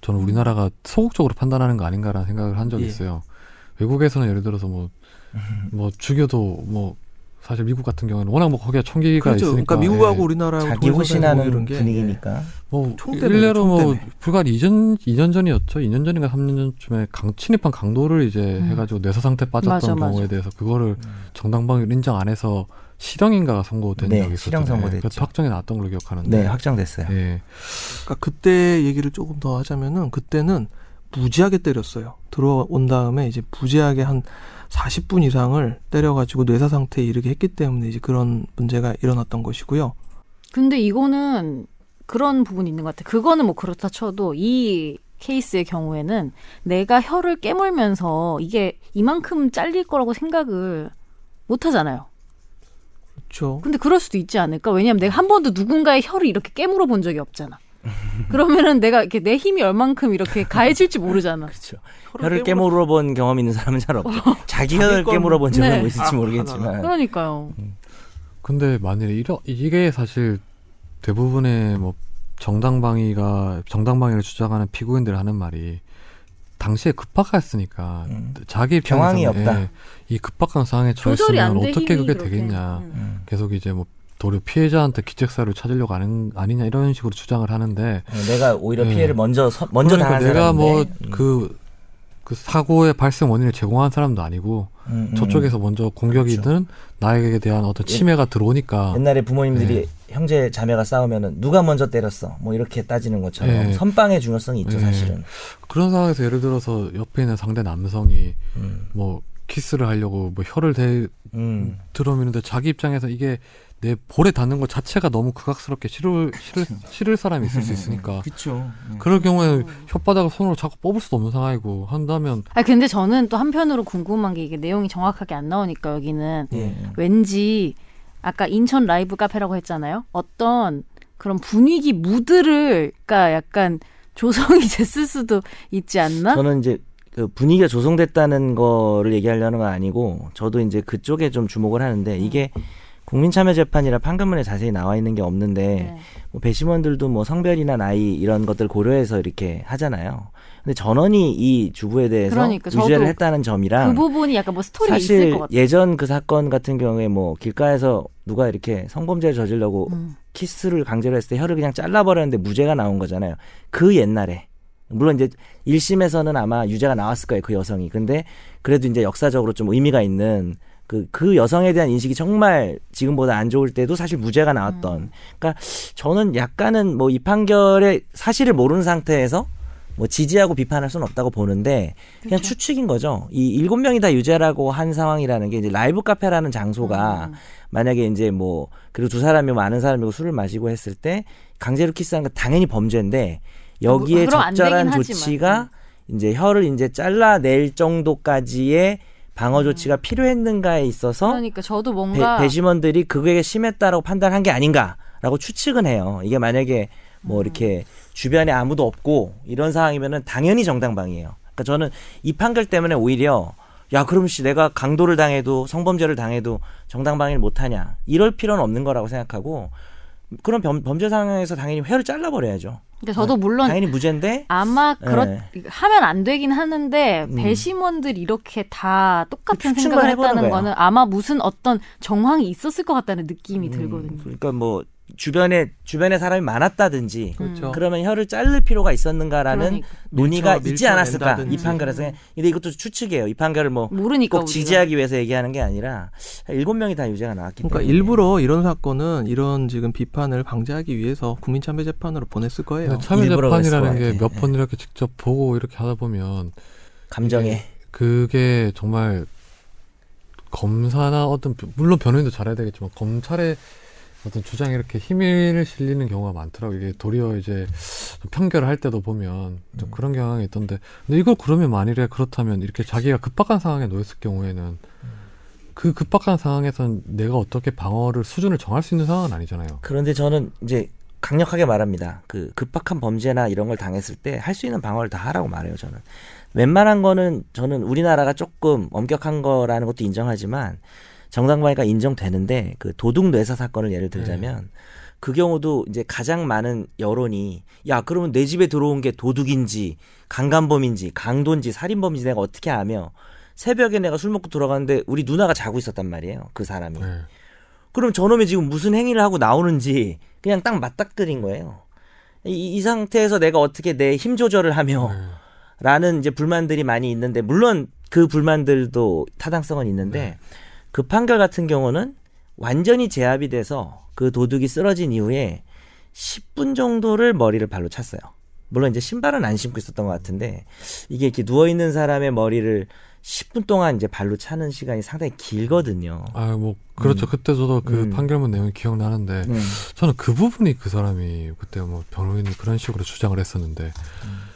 Speaker 1: 저는 우리나라가 소극적으로 판단하는 거 아닌가라는 생각을 한 적이
Speaker 2: 예. 음.
Speaker 1: 있어요. 외국에서는 예를 들어서 뭐, 뭐 죽여도 뭐 사실 미국 같은 경우에는 워낙 뭐 거기에 총기가
Speaker 2: 그렇죠.
Speaker 1: 있으니까
Speaker 2: 그러니까 미국하고
Speaker 1: 예.
Speaker 2: 우리나라하고
Speaker 3: 자기
Speaker 2: 동일선상에
Speaker 3: 호신하는
Speaker 2: 보이는 게 예.
Speaker 3: 분위기니까
Speaker 1: 뭐
Speaker 2: 총 때문에,
Speaker 1: 일례로
Speaker 2: 총
Speaker 1: 뭐
Speaker 2: 때문에.
Speaker 1: 불과 2년 2년 전이었죠. 2년 전인가 3년 전쯤에 강 침입한 강도를 이제
Speaker 4: 음.
Speaker 1: 해가지고 뇌사 상태 빠졌던
Speaker 4: 맞아, 맞아.
Speaker 1: 경우에 대해서 그거를
Speaker 3: 음.
Speaker 1: 정당방위 인정 안 해서 실형인가가 선고된
Speaker 3: 네,
Speaker 1: 적이 있었잖아요.
Speaker 3: 실형 선고됐죠.
Speaker 1: 그래서 확정이 나왔던 걸로 기억하는데.
Speaker 3: 네 확정됐어요.
Speaker 1: 예.
Speaker 2: 그러니까 그때 얘기를 조금 더 하자면은 그때는 무지하게 때렸어요. 들어온 다음에 이제 무지하게 한 40분 이상을 때려가지고 뇌사 상태에 이르게 했기 때문에 이제 그런 문제가 일어났던 것이고요.
Speaker 4: 근데 이거는 그런 부분이 있는 것 같아. 그거는 뭐 그렇다 쳐도 이 케이스의 경우에는 내가 혀를 깨물면서 이게 이만큼 잘릴 거라고 생각을 못 하잖아요.
Speaker 2: 그렇죠.
Speaker 4: 근데 그럴 수도 있지 않을까? 왜냐면 내가 한 번도 누군가의 혀를 이렇게 깨물어 본 적이 없잖아. 그러면은 내가 이렇게 내 힘이 얼만큼 이렇게 가해질지
Speaker 1: 음.
Speaker 4: 모르잖아.
Speaker 3: 그렇죠. 혀를 깨물어 본 경험 있는 사람은 잘 없죠. [LAUGHS] 자기 혀를
Speaker 2: 건-
Speaker 3: 깨물어 본 적은
Speaker 4: 네.
Speaker 3: 뭐 있을지
Speaker 2: 아,
Speaker 3: 모르겠지만
Speaker 4: 그러니까요.
Speaker 1: 근데 만일에 이러, 이게 사실 대부분의 뭐 정당방위가 정당방위를 주장하는 피고인들 하는 말이 당시에 급박했으니까
Speaker 3: 음.
Speaker 1: 자기
Speaker 3: 경황이
Speaker 1: 입장에서는,
Speaker 3: 없다.
Speaker 1: 예, 이 급박한 상황에
Speaker 4: 조절이
Speaker 1: 처했으면
Speaker 4: 안돼 힘이
Speaker 1: 어떻게 그게
Speaker 4: 그렇게.
Speaker 1: 되겠냐.
Speaker 4: 음.
Speaker 3: 음.
Speaker 1: 계속 이제 뭐 도리어 피해자한테 기책사유를 찾으려고 하는 아니냐 이런 식으로 주장을 하는데
Speaker 3: 어, 내가 오히려
Speaker 1: 네.
Speaker 3: 피해를 먼저 서- 먼저
Speaker 1: 그러니까
Speaker 3: 당한
Speaker 1: 내가
Speaker 3: 사람인데 음.
Speaker 1: 뭐 그 그 사고의 발생 원인을 제공한 사람도 아니고
Speaker 3: 음, 음,
Speaker 1: 저쪽에서 먼저 공격이든 나에게 대한 어떤 침해가 들어오니까
Speaker 3: 옛날에 부모님들이 형제 자매가 싸우면은 누가 먼저 때렸어 뭐 이렇게 따지는 것처럼
Speaker 1: 네.
Speaker 3: 선빵의 중요성이 있죠
Speaker 1: 네.
Speaker 3: 사실은
Speaker 1: 그런 상황에서 예를 들어서 옆에 있는 상대 남성이
Speaker 3: 음.
Speaker 1: 뭐 키스를 하려고 뭐 혀를 대
Speaker 3: 음.
Speaker 1: 들어오는데 자기 입장에서 이게 내 볼에 닿는 것 자체가 너무 극악스럽게 싫을 싫을, 싫을 사람이 있을 수 있으니까
Speaker 3: 음, 그렇죠.
Speaker 1: 그럴 경우에 혓바닥을 손으로 자꾸 뽑을 수도 없는 상황이고 한다면
Speaker 4: 아 근데 저는 또 한편으로 궁금한 게 이게 내용이 정확하게 안 나오니까 여기는
Speaker 3: 네. 예.
Speaker 4: 왠지 아까 인천 라이브 카페라고 했잖아요. 어떤 그런 분위기 무드를 그러니까 약간 조성이 [LAUGHS] 됐을 수도 있지 않나?
Speaker 3: 저는 이제 그 분위기가 조성됐다는 거를 얘기하려는 건 아니고 저도 이제 그쪽에 좀 주목을 하는데 이게 국민참여재판이라 판결문에 자세히 나와 있는 게 없는데
Speaker 4: 네.
Speaker 3: 뭐 배심원들도 뭐 성별이나 나이 이런 것들 고려해서 이렇게 하잖아요. 근데 전원이 이 주부에 대해서
Speaker 4: 그러니까 저도
Speaker 3: 유죄를 했다는
Speaker 4: 그
Speaker 3: 점이랑
Speaker 4: 부분이 약간 뭐 스토리가 있을
Speaker 3: 사실
Speaker 4: 것 같아요.
Speaker 3: 예전 그 사건 같은 경우에 뭐 길가에서 누가 이렇게 성범죄를 저지르려고
Speaker 4: 음.
Speaker 3: 키스를 강제로 했을 때 혀를 그냥 잘라버렸는데 무죄가 나온 거잖아요. 그 옛날에. 물론 이제 1심에서는 아마 유죄가 나왔을 거예요. 그 여성이. 근데 그래도 이제 역사적으로 좀 의미가 있는 그, 그 여성에 대한 인식이 정말 지금보다 안 좋을 때도 사실 무죄가 나왔던.
Speaker 4: 음.
Speaker 3: 그러니까 저는 약간은 뭐 이 판결의 사실을 모르는 상태에서 뭐 지지하고 비판할 수는 없다고 보는데 그냥
Speaker 4: 그렇죠.
Speaker 3: 추측인 거죠. 이 일곱 명이 다 유죄라고 한 상황이라는 게 이제 라이브 카페라는
Speaker 4: 음.
Speaker 3: 장소가 만약에 이제 뭐 그리고 두 사람이 뭐 아는 사람이고 술을 마시고 했을 때 강제로 키스한 건 당연히 범죄인데 여기에
Speaker 4: 뭐, 그럼 안 되긴
Speaker 3: 적절한
Speaker 4: 하지만.
Speaker 3: 조치가 이제 혀를 이제 잘라낼 정도까지의 방어 조치가 필요했는가에 있어서
Speaker 4: 음. 그러니까 저도
Speaker 3: 배,
Speaker 4: 뭔가
Speaker 3: 배심원들이 그게 심했다라고 판단한 게 아닌가라고 추측은 해요. 이게 만약에
Speaker 4: 음.
Speaker 3: 뭐 이렇게 주변에 아무도 없고 이런 상황이면은 당연히 정당방위예요. 그러니까 저는 이 판결 때문에 오히려 야 그럼 씨 내가 강도를 당해도 성범죄를 당해도 정당방위를 못하냐 이럴 필요는 없는 거라고 생각하고 그런 범, 범죄 상황에서 당연히 회를 잘라버려야죠.
Speaker 4: 그러니까 저도 물론
Speaker 3: 당연히 무죄인데
Speaker 4: 아마 그렇
Speaker 3: 네.
Speaker 4: 하면 안 되긴 하는데
Speaker 3: 음.
Speaker 4: 배심원들 이렇게 다 똑같은
Speaker 3: 추측만
Speaker 4: 생각을
Speaker 3: 해보는
Speaker 4: 했다는
Speaker 3: 거예요.
Speaker 4: 거는 아마 무슨 어떤 정황이 있었을 것 같다는 느낌이
Speaker 3: 음,
Speaker 4: 들거든요.
Speaker 3: 그러니까 뭐 주변에 주변에 사람이 많았다든지
Speaker 2: 그렇죠.
Speaker 3: 그러면 혀를 자를 필요가 있었는가라는
Speaker 4: 그러니까.
Speaker 3: 논의가
Speaker 2: 밀쳐-
Speaker 3: 있지 않았을까
Speaker 2: 밀쳐낸다든지.
Speaker 3: 이 판결에서 그냥- 근데 이것도 추측이에요 이 판결을 뭐 꼭
Speaker 4: 모르니까 그러니까 우리가.
Speaker 3: 지지하기 위해서 얘기하는 게 아니라 일곱 명이 다 유죄가 나왔기
Speaker 2: 그러니까
Speaker 3: 때문에
Speaker 2: 일부러 이런 사건은 이런 지금 비판을 방지하기 위해서 국민참여재판으로 보냈을 거예요.
Speaker 3: 네.
Speaker 1: 그렇죠.
Speaker 3: 일부러 그랬을 것 네.
Speaker 1: 참여재판이라는 게
Speaker 3: 같아.
Speaker 1: 몇 번 이렇게 직접 보고 이렇게 하다 보면
Speaker 2: 네.
Speaker 3: 감정에
Speaker 1: 그게 정말 검사나 어떤 물론 변호인도 잘해야 되겠지만 검찰의 어떤 주장에 이렇게 힘을 실리는 경우가 많더라고요. 이게 도리어 이제 좀 편결을 할 때도 보면
Speaker 3: 음.
Speaker 1: 좀 그런 경향이 있던데. 근데 이걸 그러면 만일에 그렇다면 이렇게 자기가 급박한 상황에 놓였을 경우에는
Speaker 3: 음.
Speaker 1: 그 급박한 상황에선 내가 어떻게 방어를 수준을 정할 수 있는 상황은 아니잖아요.
Speaker 3: 그런데 저는 이제 강력하게 말합니다. 그 급박한 범죄나 이런 걸 당했을 때 할 수 있는 방어를 다 하라고 말해요. 저는 웬만한 거는 저는 우리나라가 조금 엄격한 거라는 것도 인정하지만 정당방위가 인정되는데 그 도둑 뇌사 사건을 예를 들자면 그 경우도 이제 가장 많은 여론이 야 그러면 내 집에 들어온 게 도둑인지 강간범인지 강도인지 살인범인지 내가 어떻게 아며 새벽에 내가 술 먹고 돌아가는데 우리 누나가 자고 있었단 말이에요. 그 사람이.
Speaker 1: 네.
Speaker 3: 그럼 저놈이 지금 무슨 행위를 하고 나오는지 그냥 딱 맞닥뜨린 거예요. 이, 이 상태에서 내가 어떻게 내 힘 조절을 하며 라는 이제 불만들이 많이 있는데 물론 그 불만들도 타당성은 있는데 그 판결 같은 경우는 완전히 제압이 돼서 그 도둑이 쓰러진 이후에 10분 정도를 머리를 발로 찼어요. 물론 이제 신발은 안 신고 있었던 것 같은데 이게 이렇게 누워 있는 사람의 머리를 10분 동안 이제 발로 차는 시간이 상당히 길거든요.
Speaker 1: 아, 뭐 그렇죠. 그때 저도 그
Speaker 3: 음.
Speaker 1: 판결문 내용이 기억나는데
Speaker 3: 네.
Speaker 1: 저는 그 부분이 그 사람이 그때 뭐 변호인이 그런 식으로 주장을 했었는데
Speaker 3: 음.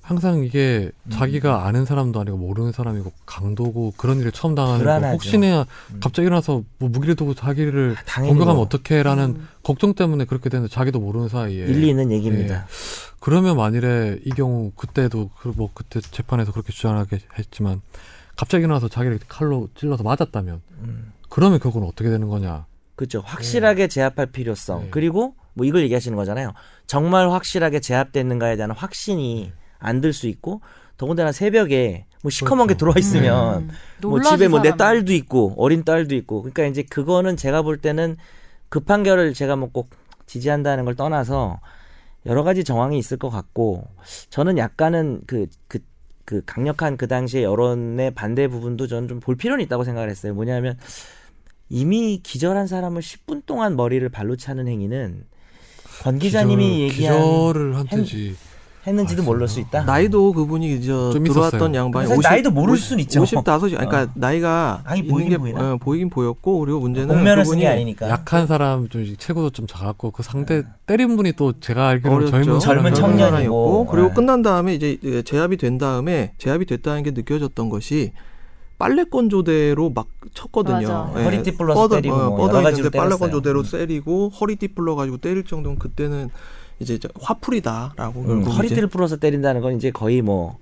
Speaker 1: 항상 이게 자기가 아는 사람도 아니고 모르는 사람이고 강도고 그런 일을 처음 당하는 거
Speaker 3: 불안하죠. 음.
Speaker 1: 혹시나 갑자기 일어나서 뭐 무기를 두고 자기를
Speaker 3: 아, 당연히
Speaker 1: 공격하면
Speaker 3: 뭐
Speaker 1: 어떡해라는 걱정 때문에 그렇게 되는데 자기도 모르는 사이에
Speaker 3: 일리 있는
Speaker 1: 예.
Speaker 3: 얘기입니다.
Speaker 1: 그러면 만일에 이 경우 그때도 그 뭐 그때 재판에서 그렇게 주장하게 했지만 갑자기 일어나서 자기를 칼로 찔러서 맞았다면
Speaker 3: 음.
Speaker 1: 그러면 그건 어떻게 되는 거냐?
Speaker 3: 그렇죠. 확실하게
Speaker 1: 예.
Speaker 3: 제압할 필요성.
Speaker 1: 네.
Speaker 3: 그리고 뭐 이걸 얘기하시는 거잖아요. 정말 확실하게 제압됐는가에 대한 확신이 안 들 수 있고 더군다나 새벽에 뭐 시커먼 게
Speaker 1: 그렇죠.
Speaker 3: 들어와 있으면 뭐
Speaker 4: 음. 놀라지,
Speaker 3: 집에 뭐 내
Speaker 4: 사람은.
Speaker 3: 딸도 있고 어린 딸도 있고 그러니까 이제 그거는 제가 볼 때는 그 판결을 제가 뭐 꼭 지지한다는 걸 떠나서 여러 가지 정황이 있을 것 같고 저는 약간은 그 그 그 강력한 그 당시의 여론의 반대 부분도 저는 좀 볼 필요는 있다고 생각을 했어요. 뭐냐면 이미 기절한 사람을 10분 동안 머리를 발로 차는 행위는 권
Speaker 1: 기절,
Speaker 3: 기자님이 얘기한
Speaker 1: 기절을 한
Speaker 3: 행-
Speaker 1: 뜻이
Speaker 3: 했는지도
Speaker 1: 아,
Speaker 3: 몰랐 수 있다.
Speaker 2: 나이도 그분이 저
Speaker 1: 좀
Speaker 2: 들어왔던
Speaker 1: 있었어요.
Speaker 2: 양반이
Speaker 3: 사실
Speaker 2: 50,
Speaker 3: 나이도 모를 수는 있죠.
Speaker 2: 55시 그러니까 나이가
Speaker 3: 아니,
Speaker 2: 있는
Speaker 3: 보이긴
Speaker 2: 게
Speaker 3: 보이나?
Speaker 2: 예, 보이긴 보였고 그리고 문제는
Speaker 3: 공면을 쓴
Speaker 2: 그분이
Speaker 3: 게 아니니까.
Speaker 1: 약한 사람 좀 체구도 좀 작았고 그 상대 때린 분이 또 제가 알기로 는 젊은
Speaker 3: 젊은
Speaker 1: 사람이라고
Speaker 3: 청년.
Speaker 1: 하더라고요.
Speaker 3: 청년이고.
Speaker 2: 그리고
Speaker 3: 예.
Speaker 2: 끝난 다음에 이제 이제 제압이 된 다음에 제압이 됐다는 게 느껴졌던 것이 빨래 건조대로 막 쳤거든요.
Speaker 4: 맞아.
Speaker 2: 예,
Speaker 3: 허리띠 불러서
Speaker 2: 뻗어-
Speaker 3: 때리고 뭐
Speaker 2: 어, 뻗어
Speaker 3: 여러 가지로
Speaker 2: 있는데 빨래
Speaker 3: 때렸어요.
Speaker 2: 건조대로
Speaker 3: 음.
Speaker 2: 때리고 허리띠 불러 가지고 때릴 정도는 그때는 이제 저- 화풀이다라고
Speaker 3: 음,
Speaker 2: 결국 이제
Speaker 3: 허리띠를 풀어서 때린다는 건 이제 거의 뭐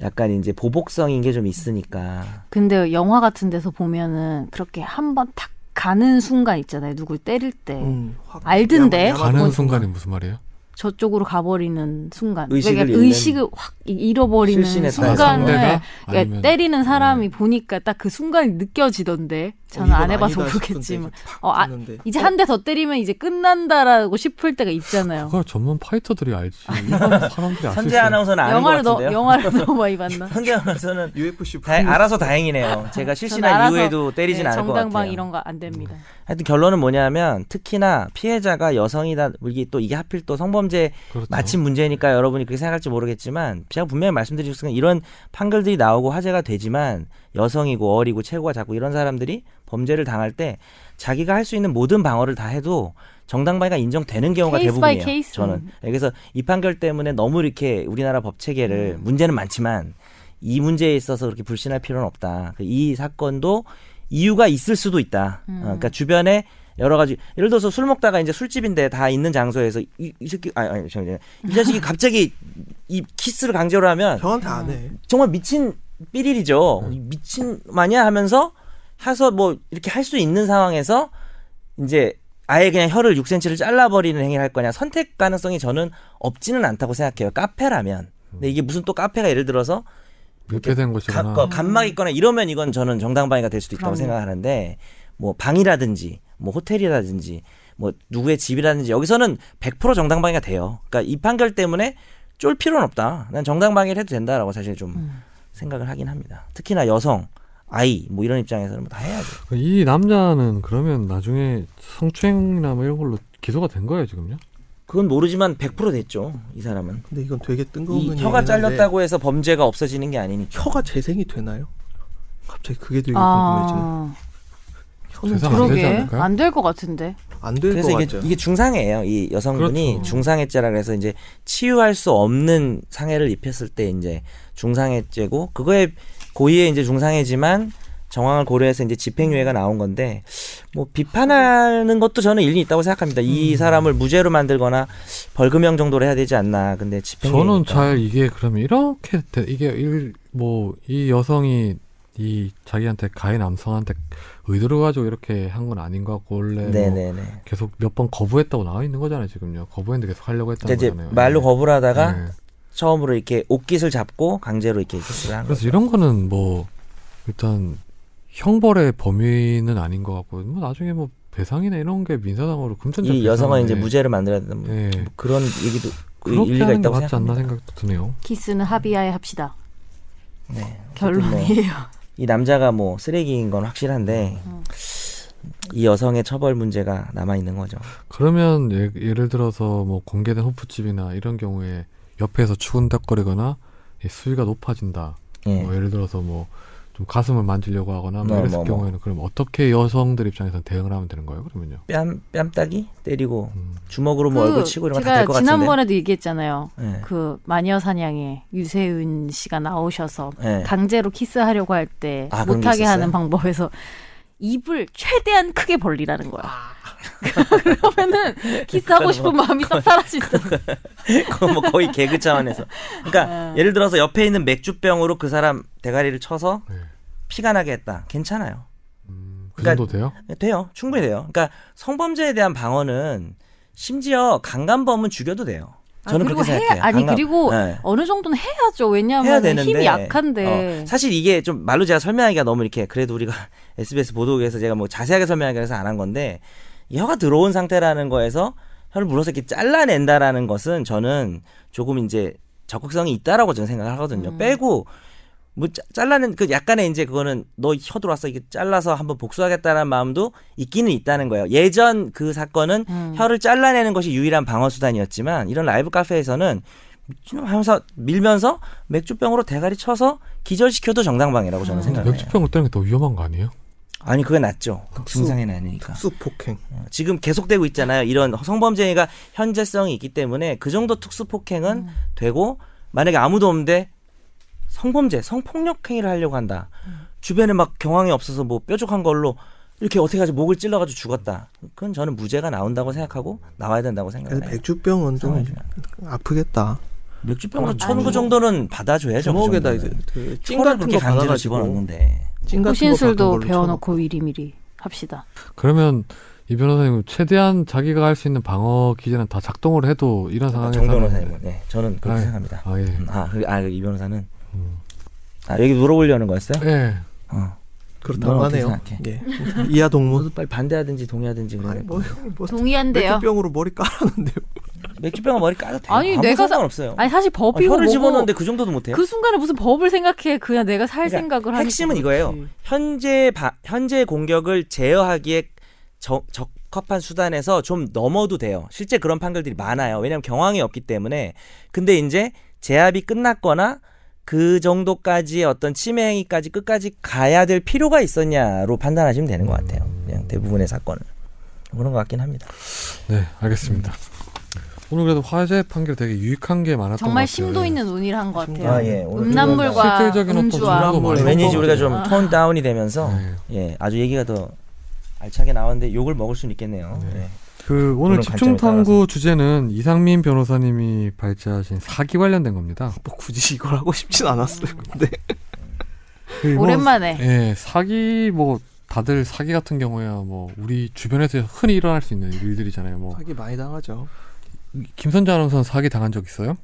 Speaker 3: 약간 이제 보복성인 게 좀 있으니까
Speaker 4: 근데 영화 같은 데서 보면은 그렇게 한번 탁 가는 순간 있잖아요. 누굴 때릴 때
Speaker 2: 음, 확-
Speaker 4: 알던데?
Speaker 2: 야마- 야마-
Speaker 4: 뭐-
Speaker 1: 가는 순간이 무슨 말이에요?
Speaker 4: 저쪽으로 가버리는 순간,
Speaker 3: 의식을
Speaker 4: 그러니까
Speaker 3: 잃는-
Speaker 4: 의식을 확 이- 잃어버리는
Speaker 3: 실신했다.
Speaker 1: 아,
Speaker 4: 순간에
Speaker 1: 상대가
Speaker 4: 그러니까
Speaker 1: 아니면
Speaker 4: 때리는
Speaker 3: 네.
Speaker 4: 사람이 보니까 딱 그 순간이 느껴지던데 저는
Speaker 2: 어,
Speaker 4: 안
Speaker 2: 이건
Speaker 4: 해봐서
Speaker 2: 아니다 싶은데
Speaker 4: 모르겠지만
Speaker 2: 이제 팍
Speaker 4: 어, 아,
Speaker 2: 쳤는데.
Speaker 4: 이제 한 대 더 때리면 이제 끝난다라고 싶을 때가 있잖아요.
Speaker 1: 그걸 전문 파이터들이 알지. 일반 사람들이 알수
Speaker 3: 선재
Speaker 1: 있어요.
Speaker 3: 아나운서는 아는 것
Speaker 4: 영화를 너,
Speaker 3: 같은데요.
Speaker 4: 영화를 [LAUGHS] 너무 많이 봤나?
Speaker 3: 선재
Speaker 4: [LAUGHS]
Speaker 3: 아나운서는
Speaker 2: UFC
Speaker 3: 다, 알아서 다행이네요. 제가 [LAUGHS] 실신한
Speaker 4: 저는 알아서,
Speaker 3: 이후에도 때리진
Speaker 4: 네,
Speaker 3: 않을 것
Speaker 4: 정당방
Speaker 3: 같아요.
Speaker 4: 이런 거 안 됩니다.
Speaker 3: 하여튼 결론은 뭐냐면 특히나 피해자가 여성이다 이게 또 이게 하필 또 성범죄
Speaker 1: 그렇죠.
Speaker 3: 마침 문제니까 여러분이 그렇게 생각할지 모르겠지만 제가 분명히 말씀드리고 있으니까 이런 판결들이 나오고 화제가 되지만 여성이고 어리고 체구가 작고 이런 사람들이 범죄를 당할 때 자기가 할 수 있는 모든 방어를 다 해도 정당방위가 인정되는 경우가
Speaker 4: 케이스 바이
Speaker 3: 대부분이에요.
Speaker 4: 케이스.
Speaker 3: 저는 예, 그래서 이 판결 때문에 너무 이렇게 우리나라 법 체계를
Speaker 4: 음.
Speaker 3: 문제는 많지만 이 문제에 있어서 그렇게 불신할 필요는 없다. 그이 사건도 이유가 있을 수도 있다.
Speaker 4: 음.
Speaker 3: 어, 그러니까 주변에 여러 가지 예를 들어서 술 먹다가 이제 술집인데 다 있는 장소에서 이, 이 새끼 아니 아니 잠시만요. 이
Speaker 4: [LAUGHS]
Speaker 3: 자식이 갑자기 이 키스를 강제로 하면
Speaker 2: 저한테 안 해.
Speaker 4: 음.
Speaker 3: 정말 미친 삐리리죠. 미친 마냐 하면서 해서 뭐 이렇게 할 수 있는 상황에서 이제 아예 그냥 혀를 6cm를 잘라버리는 행위를 할 거냐 선택 가능성이 저는 없지는 않다고 생각해요. 카페라면. 근데 이게 무슨 또 카페가 예를 들어서
Speaker 1: 밀폐된
Speaker 3: 가-
Speaker 1: 것이거나
Speaker 3: 거- 간막 있거나 이러면 이건 저는 정당방위가 될 수도 있다고
Speaker 4: 그럼요.
Speaker 3: 생각하는데 뭐 방이라든지 뭐 호텔이라든지 뭐 누구의 집이라든지 여기서는 100% 정당방위가 돼요. 그러니까 이 판결 때문에 쫄 필요는 없다. 난 정당방위를 해도 된다라고 사실 좀
Speaker 4: 음.
Speaker 3: 생각을 하긴 합니다. 특히나 여성, 아이 뭐 이런 입장에서는 뭐다 해야죠.
Speaker 1: 그러니까 이 남자는 그러면 나중에 성추행이나 뭐 이런 걸로 기소가 된 거예요 지금요?
Speaker 3: 그건 모르지만 100% 됐죠. 이 사람은.
Speaker 2: 근데 이건 되게 뜬금없는
Speaker 3: 이 혀가
Speaker 2: 얘기긴 한데
Speaker 3: 잘렸다고 해서 범죄가 없어지는 게 아니니까. 음.
Speaker 2: 혀가 재생이 되나요? 갑자기 그게 되게 궁금해지네.
Speaker 4: 아,
Speaker 2: 현은
Speaker 1: 세상에.
Speaker 2: 제일-
Speaker 1: 되지
Speaker 4: 그러게
Speaker 1: 않을까요?
Speaker 4: 안 될 것 같은데.
Speaker 2: 안 될 것
Speaker 3: 그래서 이게
Speaker 2: 같아요.
Speaker 3: 이게 중상해예요. 이 여성분이
Speaker 1: 그렇죠.
Speaker 3: 중상해죄라 그래서 이제 치유할 수 없는 상해를 입혔을 때 이제 중상해죄고 그거에 고의에 이제 중상해지만 정황을 고려해서 이제 집행유예가 나온 건데 뭐 비판하는 것도 저는 일리 있다고 생각합니다.
Speaker 1: 음.
Speaker 3: 이 사람을 무죄로 만들거나 벌금형 정도로 해야 되지 않나. 근데 집행유예
Speaker 1: 저는 잘 이게 그러면 이렇게 돼- 이게 일 뭐 이 여성이 이 자기한테 가해 남성한테 의도를 가지고 이렇게 한 건 아닌 것 같고 원래 뭐
Speaker 3: 네네네.
Speaker 1: 계속 몇 번 거부했다고 나와 있는 거잖아요 지금요 거부했는데 계속 하려고
Speaker 3: 그러니까
Speaker 1: 했다는
Speaker 3: 이제
Speaker 1: 거잖아요
Speaker 3: 말로
Speaker 1: 예.
Speaker 3: 거부를 하다가
Speaker 1: 예.
Speaker 3: 처음으로 이렇게 옷깃을 잡고 강제로 이렇게 키스를 한
Speaker 1: 그래서
Speaker 3: 거죠.
Speaker 1: 이런 거는 뭐 일단 형벌의 범위는 아닌 것 같고 뭐 나중에 뭐 배상이나 이런 게 민사상으로 금전적
Speaker 3: 이 여성은 이제
Speaker 1: 배상에-
Speaker 3: 무죄를 만들어야 된다. 뭐
Speaker 1: 예.
Speaker 3: 그런 얘기도
Speaker 1: 그렇게
Speaker 3: 일리가
Speaker 1: 하는 것
Speaker 3: 있다고
Speaker 1: 같지 않나
Speaker 3: 생각합니다.
Speaker 1: 생각도 드네요.
Speaker 4: 키스는 합의하에 합시다.
Speaker 3: 네. 어쨌든 뭐
Speaker 4: 결론이에요.
Speaker 3: 이 남자가 뭐 쓰레기인 건 확실한데
Speaker 4: 음.
Speaker 3: 이 여성의 처벌 문제가 남아 있는 거죠.
Speaker 1: 그러면 예, 예를 들어서 뭐 공개된 호프집이나 이런 경우에 옆에서 추근덕거리거나 이 수위가 높아진다.
Speaker 3: 예.
Speaker 1: 뭐 예를 들어서 뭐 좀 가슴을 만지려고 하거나 뭐
Speaker 3: 네,
Speaker 1: 이랬을
Speaker 3: 뭐, 뭐.
Speaker 1: 경우에는 그럼 어떻게 여성들 입장에서 대응을 하면 되는 거예요? 그러면요.
Speaker 3: 뺨 뺨따기 때리고
Speaker 1: 음.
Speaker 3: 주먹으로 뭐 얼굴 치고 이런 거 다
Speaker 4: 그 제가
Speaker 3: 될 것 같은데.
Speaker 4: 지난번에도 얘기했잖아요.
Speaker 3: 예.
Speaker 4: 그 마녀 사냥에 유세윤 씨가 나오셔서
Speaker 3: 예.
Speaker 4: 강제로 키스하려고 할 때
Speaker 3: 아, 그런 게
Speaker 4: 못하게
Speaker 3: 있었어요?
Speaker 4: 하는 방법에서 입을 최대한 크게 벌리라는
Speaker 3: 아.
Speaker 4: 거야. [LAUGHS] 그러면은 키스하고 싶은
Speaker 3: 뭐
Speaker 4: 마음이 싹 사라진다.
Speaker 3: [LAUGHS] 그거 뭐 거의 개그 차원에서.
Speaker 4: 네.
Speaker 3: 그러니까 예를 들어서 옆에 있는 맥주병으로 그 사람 대가리를 쳐서
Speaker 1: 네.
Speaker 3: 피가 나게 했다. 괜찮아요.
Speaker 1: 음, 그
Speaker 3: 그러니까-
Speaker 1: 정도 돼요?
Speaker 3: 돼요. 충분히 돼요. 그러니까 성범죄에 대한 방어는 심지어 강간범은 죽여도 돼요. 저는
Speaker 4: 그리고
Speaker 3: 그렇게 생각해요.
Speaker 4: 해야- 아니,
Speaker 3: 강간-
Speaker 4: 그리고
Speaker 3: 예.
Speaker 4: 어느 정도는 해야죠. 왜냐하면
Speaker 3: 해야 되는데
Speaker 4: 힘이 약한데.
Speaker 3: 어, 사실 이게 좀 말로 제가 설명하기가 너무 이렇게 그래도 우리가 [LAUGHS] SBS 보도국에서 제가 뭐 자세하게 설명하기 위해서 안 한 건데 이 혀가 들어온 상태라는 거에서 혀를 물어서 이렇게 잘라낸다라는 것은 저는 조금 이제 적극성이 있다라고 저는 생각을 하거든요.
Speaker 4: 음.
Speaker 3: 빼고 뭐 짜- 잘라낸 그 약간의 이제 그거는 너 혀 들어왔어 이게 잘라서 한번 복수하겠다는 마음도 있기는 있다는 거예요. 예전 그 사건은
Speaker 4: 음.
Speaker 3: 혀를 잘라내는 것이 유일한 방어 수단이었지만 이런 라이브 카페에서는 미친놈 하면서 밀면서 맥주병으로 대가리 쳐서 기절시켜도 정당방위라고
Speaker 2: 음.
Speaker 3: 저는 생각해요.
Speaker 1: 맥주병을 때는 게 더 위험한 거 아니에요?
Speaker 3: 아니 그게 낫죠.
Speaker 2: 특수-
Speaker 3: 증상에는 아니니까.
Speaker 2: 특수 폭행.
Speaker 3: 어, 지금 계속되고 있잖아요. 이런 성범죄가 현재성이 있기 때문에 그 정도 특수
Speaker 2: 음.
Speaker 3: 폭행은 되고 만약에 아무도 없는데 성범죄, 성폭력 행위를 하려고 한다.
Speaker 2: 음.
Speaker 3: 주변에 막 경황이 없어서 뭐 뾰족한 걸로 이렇게 어떻게 하지 목을 찔러가지고 죽었다. 그건 저는 무죄가 나온다고 생각하고 나와야 된다고
Speaker 2: 그래서
Speaker 3: 생각해요.
Speaker 2: 백주병은 좀 아프겠다.
Speaker 3: 아, 예. 맥주병으로 쳐는 그 정도는 받아줘야죠. 그
Speaker 2: 주먹에다 이제
Speaker 3: 정도는.
Speaker 2: 되게 찡
Speaker 3: 혀를
Speaker 2: 같은
Speaker 3: 그렇게
Speaker 2: 거
Speaker 3: 강제로
Speaker 2: 받아가지고
Speaker 3: 집어넣는데.
Speaker 2: 찡 같은 거 받은
Speaker 4: 호신술도
Speaker 2: 걸로
Speaker 4: 배워놓고 미리미리 합시다.
Speaker 1: 그러면 이 변호사님 최대한 자기가 할 수 있는 방어 기제는 다 작동을 해도 이런 그 상황에서
Speaker 3: 아, 정 변호사님은 네, 저는 그렇게
Speaker 1: 아,
Speaker 3: 생각합니다.
Speaker 1: 아 예. 음.
Speaker 3: 음, 아, 그- 아, 이 변호사는 아 여기 물어보려는 거였어요?
Speaker 1: 예.
Speaker 3: 어.
Speaker 2: 그렇다고
Speaker 3: 넌 어떻게
Speaker 2: 하네요.
Speaker 3: 생각해? 네.
Speaker 2: 예. [LAUGHS] 이하 동문.
Speaker 3: 모두 뭐, 빨리 반대하든지 동의하든지 그래.
Speaker 2: 아니 뭐, 뭐
Speaker 4: 동의한대요.
Speaker 2: 맥주병으로 머리 깔았는데요. [LAUGHS]
Speaker 3: 맥주병은 머리 까도 돼.
Speaker 4: 아니,
Speaker 3: 아무
Speaker 4: 내가 사-
Speaker 3: 상관없어요.
Speaker 4: 아니 사실
Speaker 3: 어,
Speaker 4: 법이고
Speaker 3: 혀를
Speaker 4: 뭐고
Speaker 3: 집어넣는데 그 정도도 못해요.
Speaker 4: 그 순간에 무슨 법을 생각해 그냥 내가 살
Speaker 3: 그러니까
Speaker 4: 생각을 하는
Speaker 3: 핵심은 이거예요. 현재 바, 현재 공격을 제어하기에 적- 적합한 수단에서 좀 넘어도 돼요. 실제 그런 판결들이 많아요. 왜냐하면 경황이 없기 때문에. 근데 이제 제압이 끝났거나 그 정도까지의 어떤 침해 행위까지 끝까지 가야 될 필요가 있었냐로 판단하시면 되는 것 같아요. 그냥 대부분의 사건을 그런 것 같긴 합니다.
Speaker 1: 네, 알겠습니다. 오늘 그래도 화재 판결 되게 유익한 게 많았던
Speaker 4: 정말
Speaker 1: 것 같아요.
Speaker 4: 심도
Speaker 1: 예.
Speaker 4: 있는 논의를 한 것 같아요.
Speaker 3: 아, 예. 오늘
Speaker 4: 음, 음란물과
Speaker 1: 실질적인 어떤
Speaker 4: 음주와 뭐
Speaker 1: 정보도 많이
Speaker 3: 왠지
Speaker 1: 얻은
Speaker 3: 우리가
Speaker 1: 것
Speaker 3: 좀 톤 다운이 되면서
Speaker 1: 네.
Speaker 3: 예 아주 얘기가 더 알차게 나왔는데 욕을 먹을 수는 있겠네요. 예.
Speaker 1: 그 오늘
Speaker 3: 그런 관점에
Speaker 1: 집중탐구 주제는 이상민 변호사님이 발제하신 사기 관련된 겁니다.
Speaker 2: 뭐 굳이 이걸 하고 싶진
Speaker 4: 음.
Speaker 2: 않았어요. 근데
Speaker 1: 그 뭐,
Speaker 3: 아,
Speaker 4: 오랜만에
Speaker 1: 예, 사기 뭐 다들 사기 같은 경우에야 뭐 우리 주변에서 흔히 일어날 수 있는 일들이잖아요. 뭐
Speaker 2: 사기 많이 당하죠.
Speaker 3: 음.
Speaker 1: 김선재 아나운서는 사기 당한 적 있어요?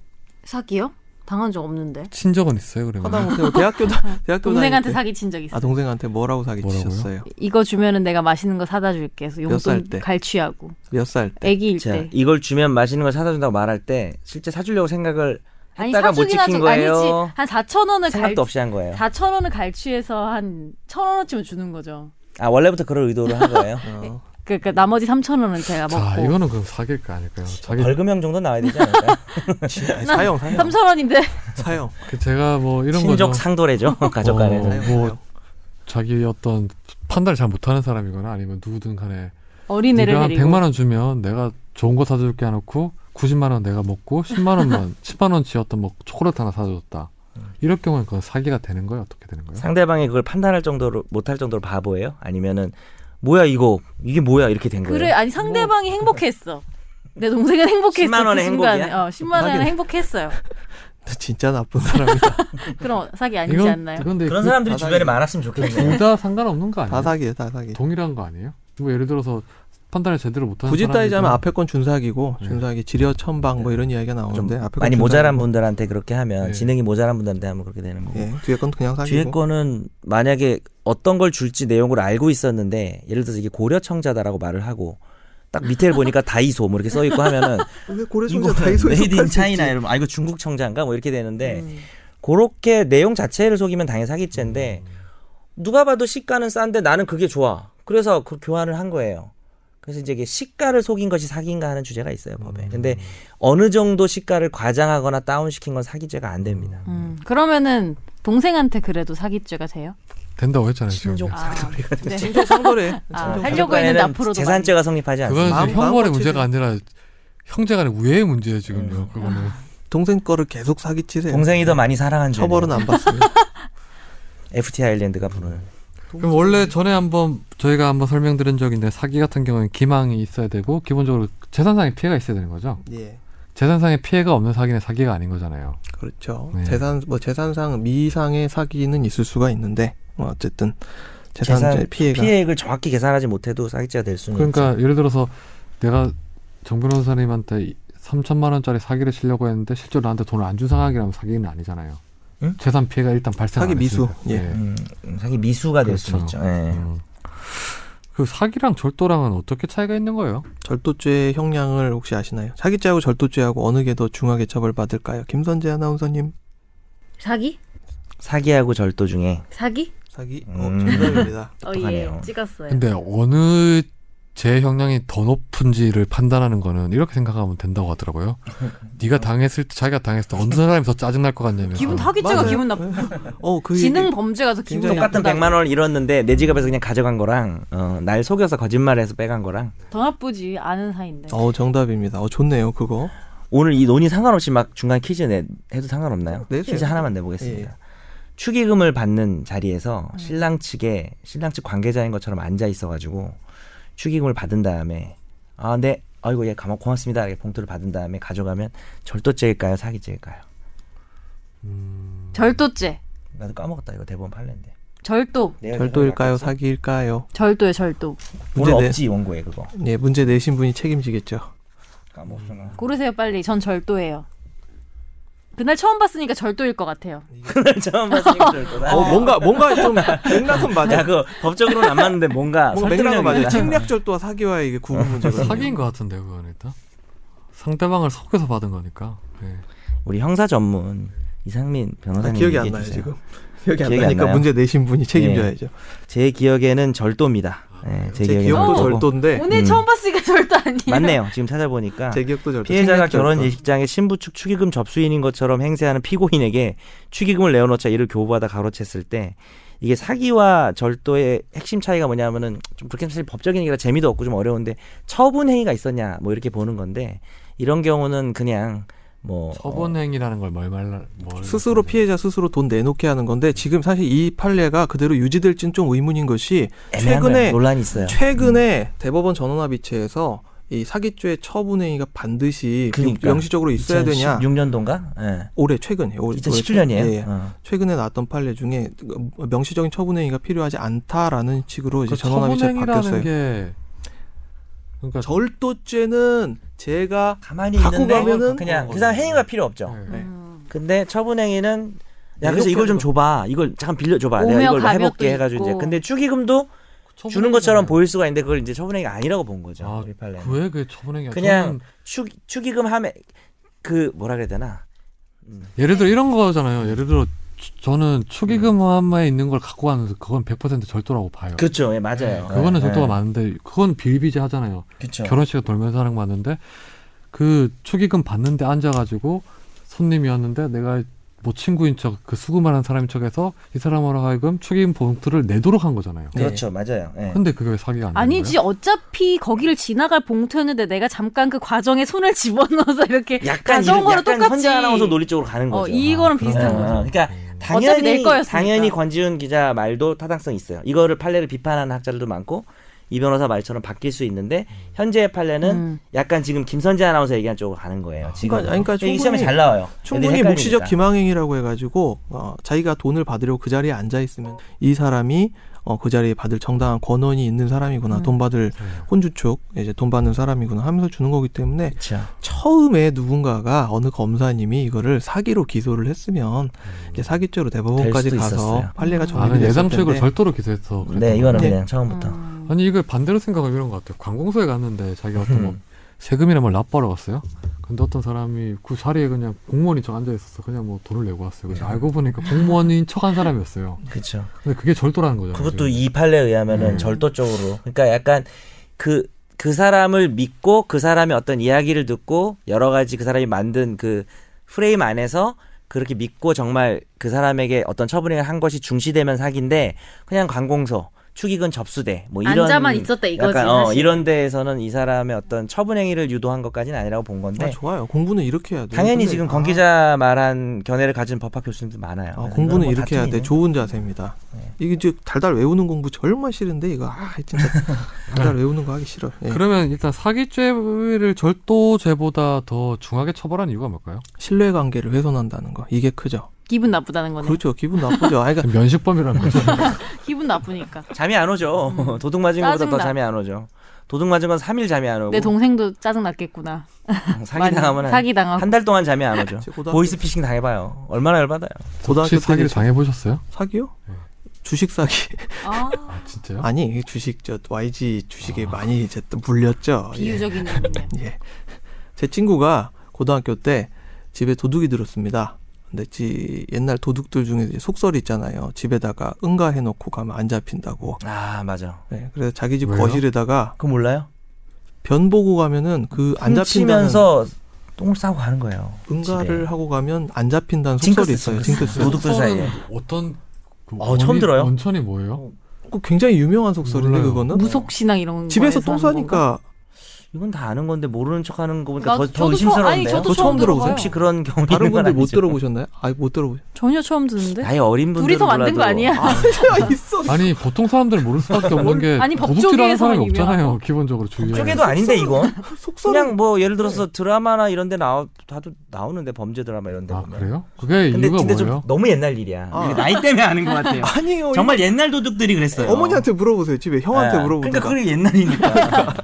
Speaker 4: 사기요? 당한 적 없는데.
Speaker 1: 친 적은 있어요? 그러면
Speaker 2: 하다못해
Speaker 3: [LAUGHS]
Speaker 2: 뭐 대학교 다 대학교 다닐 때.
Speaker 4: 동생한테 사기 친 적 있어.
Speaker 2: 아 동생한테 뭐라고 사기
Speaker 1: 뭐라고요?
Speaker 2: 치셨어요?
Speaker 4: 이거 주면은 내가 맛있는 거 사다 줄게. 해서
Speaker 2: 몇살
Speaker 4: 용돈
Speaker 2: 때?
Speaker 4: 갈취하고
Speaker 2: 몇 살
Speaker 3: 네,
Speaker 2: 때?
Speaker 4: 아기일
Speaker 3: 자,
Speaker 4: 때.
Speaker 3: 이걸 주면 맛있는 걸 사다 준다고 말할 때 실제 사주려고 생각을
Speaker 4: 아니
Speaker 3: 했다가 못
Speaker 4: 사주긴
Speaker 3: 지킨
Speaker 4: 하죠.
Speaker 3: 거예요.
Speaker 4: 아니지 한 4천 원을 갈
Speaker 3: 생각도 없이 한 거예요.
Speaker 4: 4천 원을 갈취해서 한 천 원어치면 주는 거죠.
Speaker 3: 아 원래부터 그럴 의도로 한 거예요.
Speaker 2: 어.
Speaker 4: 그러니까 나머지 3천 원은 제가
Speaker 1: 자,
Speaker 4: 먹고. [LAUGHS]
Speaker 1: 이거는 그럼 사기일까 아닐까요? [LAUGHS] 자기
Speaker 3: 벌금형 정도 나와야 되지 않을까요?
Speaker 2: 아니, 사형 사형
Speaker 4: 3천 원인데
Speaker 2: 사형
Speaker 3: 어,
Speaker 1: 그 제가 뭐 [LAUGHS] 이런 거죠.
Speaker 3: 친족 상도래죠 [LAUGHS] 가족
Speaker 1: 어,
Speaker 3: 간에서.
Speaker 2: 사형
Speaker 1: 뭐
Speaker 2: 사형.
Speaker 1: 자기 어떤 판단을 잘 못하는 사람이거나 아니면 누구든 간에
Speaker 4: 어린애를
Speaker 1: 네가 한
Speaker 4: 데리고
Speaker 1: 100만 원 주면 내가 좋은 거 사줄게 해놓고 90만 원 내가 먹고 10만
Speaker 4: [LAUGHS]
Speaker 1: 원만 10만 원치였던 뭐 초콜릿 하나 사줬다.
Speaker 4: 음.
Speaker 1: 이럴 경우는 그건 사기가 되는 거예요? 어떻게 되는 거예요?
Speaker 3: 상대방이 그걸 판단할 정도로 못할 정도로 바보예요? 아니면은 뭐야 이거 이게 뭐야 이렇게 된 거예요?
Speaker 4: 그래 아니 상대방이 행복했어. 내 동생은 행복했어.
Speaker 3: 10만 원의
Speaker 4: 그 순간에.
Speaker 3: 행복이야?
Speaker 4: 어, 10만 원에
Speaker 2: 하긴.
Speaker 4: 행복했어요.
Speaker 2: 진짜 나쁜 사람이다.
Speaker 4: 그럼 사기 아니지
Speaker 1: 이건-
Speaker 4: 않나요?
Speaker 1: 이건 근데
Speaker 3: 그런
Speaker 1: 그-
Speaker 3: 사람들이
Speaker 2: 바닥이-
Speaker 3: 주변에 많았으면 좋겠네요.
Speaker 1: [LAUGHS] 둘 다 상관없는 거
Speaker 2: 다
Speaker 1: 아니에요?
Speaker 2: 사기예요, 다 사기.
Speaker 1: 동일한 거 아니에요? 뭐 예를 들어서 판단을 제대로 못하는
Speaker 2: 굳이 따지자면
Speaker 1: 사람이든
Speaker 2: 앞에 건 준사기고
Speaker 1: 네.
Speaker 2: 준사기 지려 천방 뭐 이런 이야기가
Speaker 3: 네.
Speaker 1: 어,
Speaker 3: 좀
Speaker 2: 나오는데 앞에 건
Speaker 3: 많이
Speaker 2: 준사기고,
Speaker 3: 모자란 분들한테 그렇게 하면
Speaker 1: 네.
Speaker 3: 지능이 모자란 분들한테 하면 그렇게 되는 거고
Speaker 2: 예, 뒤에 건 그냥 사기고.
Speaker 3: 뒤에 거는 만약에 어떤 걸 줄지 내용을 알고 있었는데 예를 들어서 이게 고려청자다라고 말을 하고 딱 밑에 보니까 다이소 뭐 이렇게 써 있고
Speaker 1: [LAUGHS]
Speaker 3: 하면은
Speaker 2: 왜
Speaker 3: 이거 메이드 인 차이나 이러면 아 이거 중국 청자인가 뭐 이렇게 되는데
Speaker 1: 음.
Speaker 3: 그렇게 내용 자체를 속이면 당연히 사기죄인데
Speaker 1: 음.
Speaker 3: 누가 봐도 시가는 싼데 나는 그게 좋아. 그래서 그 교환을 한 거예요. 그래서 이제 이게 시가를 속인 것이 사기인가 하는 주제가 있어요 법에.
Speaker 1: 음.
Speaker 3: 근데 어느 정도 시가를 과장하거나 다운시킨 건 사기죄가 안 됩니다.
Speaker 4: 음, 그러면은 동생한테 그래도 사기죄가 돼요?
Speaker 1: 된다고 했잖아요. 지금.
Speaker 4: 아, 네.
Speaker 2: 친족 상거래.
Speaker 4: 아,
Speaker 2: 친족
Speaker 4: 하려고 했는데
Speaker 3: 결과에는
Speaker 4: 앞으로도
Speaker 3: 재산죄가 성립하지
Speaker 1: 그건
Speaker 3: 않습니다.
Speaker 2: 마음-
Speaker 1: 지금 형벌의
Speaker 2: 마음껏
Speaker 1: 문제가 아니라 형제간의 우애의 문제예요 지금요.
Speaker 2: 네.
Speaker 3: 음.
Speaker 1: 그거는
Speaker 2: 아, 동생 거를 계속 사기치세요. 예,
Speaker 3: 동생이 더 많이 사랑한 죄.
Speaker 2: 처벌은 안 받습니다.
Speaker 3: [LAUGHS] FT 아일랜드가 부르는.
Speaker 1: 그럼 원래 전에 한번 저희가 한번 설명드린 적인데 사기 같은 경우는 기망이 있어야 되고 기본적으로 재산상의 피해가 있어야 되는 거죠.
Speaker 2: 예.
Speaker 1: 재산상의 피해가 없는 사기는 사기가 아닌 거잖아요.
Speaker 2: 그렇죠.
Speaker 1: 네.
Speaker 2: 재산 뭐 재산상 미상의 사기는 있을 수가 있는데 뭐 어쨌든 재산,
Speaker 3: 재산
Speaker 2: 피해가
Speaker 3: 피해액을 정확히 계산하지 못해도 사기죄가 될 수는
Speaker 1: 예. 그러니까 예를 들어서 내가 정 변호사님한테 이- 3천만 원짜리 사기를 치려고 했는데 실제로 나한테 돈을 안 준 상황이라면 사기는 아니잖아요.
Speaker 3: 응?
Speaker 1: 재산 피해가 일단 발생.
Speaker 2: 사기 미수. 예.
Speaker 3: 음, 사기 미수가 될 수
Speaker 1: 그렇죠.
Speaker 3: 있죠. 예.
Speaker 1: 음. 그 사기랑 절도랑은 어떻게 차이가 있는 거예요?
Speaker 2: 절도죄의 형량을 혹시 아시나요? 사기죄하고 절도죄하고 어느 게 더 중하게 처벌받을까요? 김선재 아나운서님
Speaker 4: 사기?
Speaker 3: 사기하고 절도 중에
Speaker 4: 사기?
Speaker 2: 사기 어,
Speaker 3: 음.
Speaker 4: [LAUGHS]
Speaker 2: 정답입니다.
Speaker 4: 어,
Speaker 3: 똑똑하네요.
Speaker 4: 예. 찍었어요.
Speaker 1: 근데 어느 제 형량이 더 높은지를 판단하는 거는 이렇게 생각하면 된다고 하더라고요.
Speaker 4: [LAUGHS]
Speaker 1: 네가 당했을 때 자기가 당했을 때 어느 사람이 더 짜증 날 것 같냐면서
Speaker 4: 기분 사기죄가
Speaker 2: 맞아요.
Speaker 4: 기분 나빠.
Speaker 2: 어, 그
Speaker 4: 지능
Speaker 2: 얘기.
Speaker 4: 범죄가 더 기분
Speaker 2: 굉장히
Speaker 3: 똑같은
Speaker 4: 나쁘다.
Speaker 3: 100만 원을 잃었는데 내 지갑에서 그냥 가져간 거랑 어, 날 속여서 거짓말해서 빼간 거랑
Speaker 4: 더 나쁘지 아는 사이인데.
Speaker 2: 어, 정답입니다. 어, 좋네요. 그거.
Speaker 3: 오늘 이 논의 상관없이 막 중간 퀴즈 내, 해도 상관없나요?
Speaker 2: 네,
Speaker 3: 퀴즈
Speaker 2: 돼요. 예.
Speaker 3: 하나만 내보겠습니다. 축의금을 받는 자리에서 신랑 측에 신랑 측 관계자인 것처럼 앉아 있어가지고 축의금을 받은 다음에 아 네, 아이고 예 감사 고맙습니다. 이렇게 봉투를 받은 다음에 가져가면 절도죄일까요, 사기죄일까요?
Speaker 4: 절도죄.
Speaker 3: 나도 까먹었다 이거 대법원 판례인데.
Speaker 4: 절도.
Speaker 3: 내가
Speaker 2: 절도일까요? 사기일까요?
Speaker 4: 절도에 절도.
Speaker 3: 오늘
Speaker 2: 문제 내-
Speaker 3: 없지 원고에 그거.
Speaker 2: 예, 문제 내신 분이 책임지겠죠.
Speaker 3: 까먹었구나.
Speaker 4: 고르세요 빨리. 전 절도예요. 그날 처음 봤으니까 절도일 것 같아요.
Speaker 3: [LAUGHS] 처음 봤으니까 절도다.
Speaker 2: 어, 뭔가 뭔가 좀 맥락은 맞아.
Speaker 3: 야, 그 법적으로는 안 맞는데 뭔가
Speaker 2: 뭔가 맥락은 맞아.
Speaker 3: 설득력이 아,
Speaker 2: 침략절도와 사기와의 이게 구분 문제거든요.
Speaker 1: 사기인 것 같은데요, 그건 일단 상대방을 속여서 받은 거니까. 예.
Speaker 3: 우리 형사 전문 이상민
Speaker 2: 아,
Speaker 3: 변호사님
Speaker 2: 기억이 안
Speaker 3: 얘기해
Speaker 2: 나요,
Speaker 3: 주세요.
Speaker 2: 지금. 기억이 안
Speaker 3: 기억이 안
Speaker 2: 나니까
Speaker 3: 나요? 네,
Speaker 2: 문제 내신 분이 책임져야죠.
Speaker 3: 제 기억에는 절도입니다. 네, 제,
Speaker 2: 아, 제
Speaker 3: 기억에는
Speaker 2: 기억도
Speaker 3: 절도고.
Speaker 2: 절도인데
Speaker 4: 오늘
Speaker 3: 음.
Speaker 4: 처음 봤으니까 [LAUGHS] 절도 아니에요.
Speaker 3: 맞네요. 지금 찾아보니까
Speaker 2: 제 기억도 절도.
Speaker 3: 피해자가
Speaker 2: 책략 절도.
Speaker 3: 결혼 예식장에 신부 측 축의금 접수인인 것처럼 행세하는 피고인에게 축의금을 내어놓자 이를 교부하다 가로챘을 때 이게 사기와 절도의 핵심 차이가 뭐냐면은 좀 그렇게 사실 법적인 얘기라 재미도 없고 좀 어려운데 처분 행위가 있었냐 뭐 이렇게 보는 건데 이런 경우는 그냥 뭐
Speaker 1: 처분 행위라는 걸 뭘 말라 뭘
Speaker 2: 스스로 피해자 스스로 돈 내놓게 하는 건데 지금 사실 이 판례가 그대로 유지될지는 좀 의문인 것이
Speaker 3: 애매한 거예요.
Speaker 2: 최근에
Speaker 3: 논란이 있어요.
Speaker 2: 최근에 대법원 전원합의체에서 이 사기죄 처분 행위가 반드시
Speaker 3: 그러니까.
Speaker 2: 명시적으로 있어야 되냐?
Speaker 3: 6년도인가? 예.
Speaker 2: 올해 최근에 올
Speaker 3: 2017년이에요. 어.
Speaker 2: 예, 예. 최근에 나왔던 판례 중에 그 명시적인 처분 행위가 필요하지 않다라는 식으로 이제
Speaker 1: 그
Speaker 2: 전원합의체
Speaker 1: 처분 행위라는
Speaker 2: 바뀌었어요.
Speaker 1: 게 그러니까
Speaker 2: 절도죄는 제가
Speaker 3: 가만히
Speaker 2: 갖고
Speaker 3: 있는데
Speaker 2: 가면은
Speaker 3: 그냥
Speaker 2: 어,
Speaker 3: 그 사람
Speaker 1: 어.
Speaker 3: 행위가 필요 없죠.
Speaker 1: 예.
Speaker 2: 네.
Speaker 4: 음.
Speaker 3: 근데 처분 행위는 야 그래서
Speaker 2: 이렇게
Speaker 3: 이걸 좀
Speaker 2: 하는
Speaker 3: 줘봐. 이걸 잠깐 빌려줘봐. 내가
Speaker 4: 오며
Speaker 3: 이걸 뭐
Speaker 4: 가며 또
Speaker 3: 해볼게 해가지고 이제
Speaker 4: 있고.
Speaker 3: 근데 축의금도
Speaker 1: 처분
Speaker 3: 주는 것처럼
Speaker 1: 행위잖아요.
Speaker 3: 보일 수가 있는데 그걸 이제 처분 행위가 아니라고 본 거죠.
Speaker 1: 아,
Speaker 3: 우리 판례.
Speaker 1: 그왜 그게 처분 행위야?
Speaker 3: 그냥
Speaker 1: 저는
Speaker 3: 축 축의금 하면 그 뭐라 그래야 되나?
Speaker 1: 예를 들어 이런 거잖아요. 예를 들어 주- 저는
Speaker 2: 음.
Speaker 1: 축의금 한마에 있는 걸 갖고 가는 그건 100% 절도라고 봐요. 그,
Speaker 3: 그렇죠. 예, 맞아요.
Speaker 1: 거는
Speaker 2: 네.
Speaker 3: 예,
Speaker 1: 절도가
Speaker 3: 예.
Speaker 1: 많은데 그건 비일비재하잖아요.
Speaker 3: 그쵸.
Speaker 1: 결혼식에 돌면서 하는 거 맞는데 그 축의금 받는데 앉아가지고 손님이었는데 내가 뭐 친구인 척 그 수구만 한 사람인 척해서 이 사람으로 하여금 축의금 봉투를 내도록 한 거잖아요.
Speaker 2: 네.
Speaker 3: 그렇죠, 맞아요. 예.
Speaker 1: 근데 그게 왜 사기가 안 되는
Speaker 4: 아니지
Speaker 1: 거예요?
Speaker 4: 어차피 거기를 지나갈 봉투였는데 내가 잠깐 그 과정에 손을 집어넣어서 이렇게
Speaker 3: 약간 이런-
Speaker 4: 자전거랑
Speaker 3: 약간
Speaker 4: 똑같이.
Speaker 3: 현재 아나운서 논리 쪽으로 가는
Speaker 4: 어
Speaker 3: 거죠.
Speaker 4: 이거랑 비슷한
Speaker 3: 아,
Speaker 4: 거죠.
Speaker 3: 그러니까
Speaker 2: 네.
Speaker 4: 어차피 낼
Speaker 3: 당연히
Speaker 4: 거였으니까.
Speaker 3: 당연히 권지훈 기자 말도 타당성 있어요. 이거를 판례를 비판하는 학자들도 많고 이 변호사 말처럼 바뀔 수 있는데 현재의 판례는
Speaker 4: 음.
Speaker 3: 약간 지금 김선재 아나운서 얘기한 쪽으로 가는 거예요. 지금
Speaker 2: 그러니까- 아니, 그러니까
Speaker 3: 이 시험에
Speaker 2: 충분히-
Speaker 3: 잘 나와요.
Speaker 2: 충분히
Speaker 3: 애들이
Speaker 2: 묵시적
Speaker 3: 헷갈리니까.
Speaker 2: 기망행위라고 해가지고 어, 자기가 돈을 받으려고 그 자리에 앉아 있으면 이 사람이 어, 그 자리에 받을 정당한 권원이 있는 사람이구나
Speaker 4: 음.
Speaker 2: 돈 받을
Speaker 1: 네.
Speaker 2: 혼주축 이제 돈 받는 사람이구나 하면서 주는 거기 때문에 처음에 누군가가 어느 검사님이 이거를 사기로 기소를 했으면
Speaker 1: 음.
Speaker 2: 이제 사기죄로 대법원까지
Speaker 3: 될
Speaker 2: 가서
Speaker 3: 수도 있었어요.
Speaker 2: 판례가
Speaker 1: 나는
Speaker 2: 정립이 됐을
Speaker 1: 음. 아, 예상책을
Speaker 2: 텐데
Speaker 1: 절도로 기소해서 그랬던
Speaker 3: 네, 이거는
Speaker 2: 네.
Speaker 3: 그냥 처음부터.
Speaker 4: 음.
Speaker 1: 아니 이걸 반대로 생각하면 이런 것 같아요. 관공서에 갔는데 자기가 어떤 뭐
Speaker 3: 음.
Speaker 1: 세금이나 뭘 납부하러 갔어요. 근데 어떤 사람이 그 자리에 그냥 공무원인 척 앉아 있었어. 그냥 뭐 돈을 내고 왔어요. 근데 알고 보니까 공무원인 척 한 사람이었어요.
Speaker 3: 그렇죠.
Speaker 1: 근데 그게 절도라는
Speaker 2: 그렇죠.
Speaker 1: 거잖아요.
Speaker 3: 그것도
Speaker 1: 지금.
Speaker 3: 이 판례에 의하면은
Speaker 2: 음.
Speaker 3: 절도 쪽으로. 그러니까 약간 그, 그 사람을 믿고 그 사람의 어떤 이야기를 듣고 여러 가지 그 사람이 만든 그 프레임 안에서 그렇게 믿고 정말 그 사람에게 어떤 처분을 한 것이 중시되면 사기인데 그냥 관공서 축의금 접수대 뭐 이런
Speaker 4: 앉아만 있었다 이거지,
Speaker 3: 약간 어,
Speaker 4: 사실.
Speaker 3: 이런 데에서는 이 사람의 어떤 처분 행위를 유도한 것까지는 아니라고 본 건데
Speaker 2: 아, 좋아요 공부는 이렇게 해야 돼
Speaker 3: 네. 당연히
Speaker 2: 근데-
Speaker 3: 지금
Speaker 2: 아,
Speaker 3: 권 기자 말한 견해를 가진 법학 교수님도 많아요.
Speaker 2: 아,
Speaker 3: 그래서
Speaker 2: 공부는
Speaker 3: 뭐
Speaker 2: 이렇게 해야 돼
Speaker 3: 다툼이네. 네.
Speaker 2: 좋은 자세입니다 이게 이제 달달 외우는 공부 정말 싫은데 이거 아 진짜 달달 외우는 거 하기 싫어 예.
Speaker 1: 네. 그러면 일단 사기죄를 절도죄보다 더 중하게 처벌한 이유가 뭘까요?
Speaker 2: 신뢰관계를 훼손한다는 거 이게 크죠
Speaker 4: 기분 나쁘다는
Speaker 3: 어,
Speaker 4: 거네.
Speaker 2: 그렇죠 기분 나쁘죠
Speaker 1: [LAUGHS]
Speaker 2: 아니, 그러니까
Speaker 1: 면식범이라는 거죠.
Speaker 4: 기분 나쁘니까.
Speaker 3: 잠이 안 오죠. [LAUGHS] 도둑 맞은 것보다 더
Speaker 4: 음. 짜증나.
Speaker 3: 잠이 안 오죠. 도둑 맞은 건 3일 잠이 안 오고
Speaker 4: 내 동생도 짜증 났겠구나.
Speaker 3: 뭐? [LAUGHS] 사기 당하면
Speaker 4: 사기 당하고.
Speaker 3: 한 달 동안 잠이 안
Speaker 2: [LAUGHS]
Speaker 3: 오죠.
Speaker 2: 제 고등학교-
Speaker 3: 보이스피싱 당해봐요. 얼마나 열받아요.
Speaker 2: 고등학교
Speaker 1: 혹시
Speaker 2: 때
Speaker 1: 사기를
Speaker 2: 이제-
Speaker 1: 당해 보셨어요?
Speaker 2: 사기요
Speaker 1: 네.
Speaker 2: 주식 사기
Speaker 4: 아,
Speaker 1: 아 진짜요?
Speaker 2: 아니 이게 주식 저 YG 주식에
Speaker 1: 아.
Speaker 2: 많이 이제 또
Speaker 3: 아,
Speaker 2: 물렸죠 예.
Speaker 4: 비유적인 얘기네요.
Speaker 2: 예. 제 친구가 고등학교 때 집에 도둑이 들었습니다. 근데 지 옛날 도둑들 중에 이제 속설이 있잖아요. 집에다가 응가해 놓고 가면 안 잡힌다고.
Speaker 3: 아 맞아.
Speaker 2: 네, 그래서 자기 집
Speaker 1: 왜요?
Speaker 2: 거실에다가
Speaker 3: 그거 몰라요?
Speaker 2: 변 보고 가면은 그 안 잡힌다는
Speaker 3: 훔치면서 똥을 싸고 가는 거예요.
Speaker 2: 응가를 하고 가면 안 잡힌다는 속설이
Speaker 3: 징크스
Speaker 2: 있어요. 징크스.
Speaker 3: 도둑들 사이에.
Speaker 1: 속설은 그 어떤 그
Speaker 2: 아,
Speaker 3: 어, 처음
Speaker 1: 원인-
Speaker 3: 들어요?
Speaker 1: 원천이 뭐예요?
Speaker 2: 그 굉장히 유명한 속설인데
Speaker 1: 몰라요.
Speaker 2: 그거는
Speaker 4: 무속신앙 이런 거.
Speaker 2: 집에서 똥 싸니까
Speaker 3: 이건 다 아는 건데 모르는 척하는 거 보니까
Speaker 4: 나-
Speaker 3: 그러니까 더, 더
Speaker 4: 저도 처음- 아니,
Speaker 3: 의심스러운데요.
Speaker 4: 저도
Speaker 2: 그거 처음
Speaker 4: 처음 들어보세요.
Speaker 2: 들어보세요?
Speaker 3: 혹시 그런 경우
Speaker 2: 다른
Speaker 3: 있는 건
Speaker 2: 분들 못
Speaker 3: 아니죠?
Speaker 2: 들어보셨나요? 아예 못
Speaker 3: [LAUGHS]
Speaker 2: 들어보셨.
Speaker 4: 전혀 처음 듣는데.
Speaker 3: 아예 어린 분들
Speaker 4: 둘이서 만든 거 아니야?
Speaker 3: 네.
Speaker 2: 있어.
Speaker 1: 아니 보통 사람들은 모를 수밖에 없는 게
Speaker 4: 아니,
Speaker 1: 도둑질하는 사람이
Speaker 4: 법조계에서만
Speaker 1: 없잖아요
Speaker 4: 유명하고.
Speaker 1: 기본적으로 주위에
Speaker 3: 쪽에도 아닌데 이건
Speaker 2: 속설.
Speaker 3: 그냥 뭐 예를 들어서 드라마나 이런 데 나와 다도 나오는데 범죄 드라마 이런 데
Speaker 1: 아
Speaker 3: 보면
Speaker 1: 그래요? 그게
Speaker 3: 근데,
Speaker 1: 이유가
Speaker 3: 근데
Speaker 1: 뭐예요?
Speaker 3: 좀 너무 옛날 일이야.
Speaker 2: 아.
Speaker 3: 이게 나이 때문에 아는 것
Speaker 2: [LAUGHS]
Speaker 3: 같아요.
Speaker 2: 아니에요.
Speaker 3: 정말 옛날 도둑들이 그랬어요.
Speaker 2: 어, 어머니한테 물어보세요. 집에 형한테
Speaker 3: 아,
Speaker 2: 물어보든가.
Speaker 3: 그러니까 그게 옛날이니까.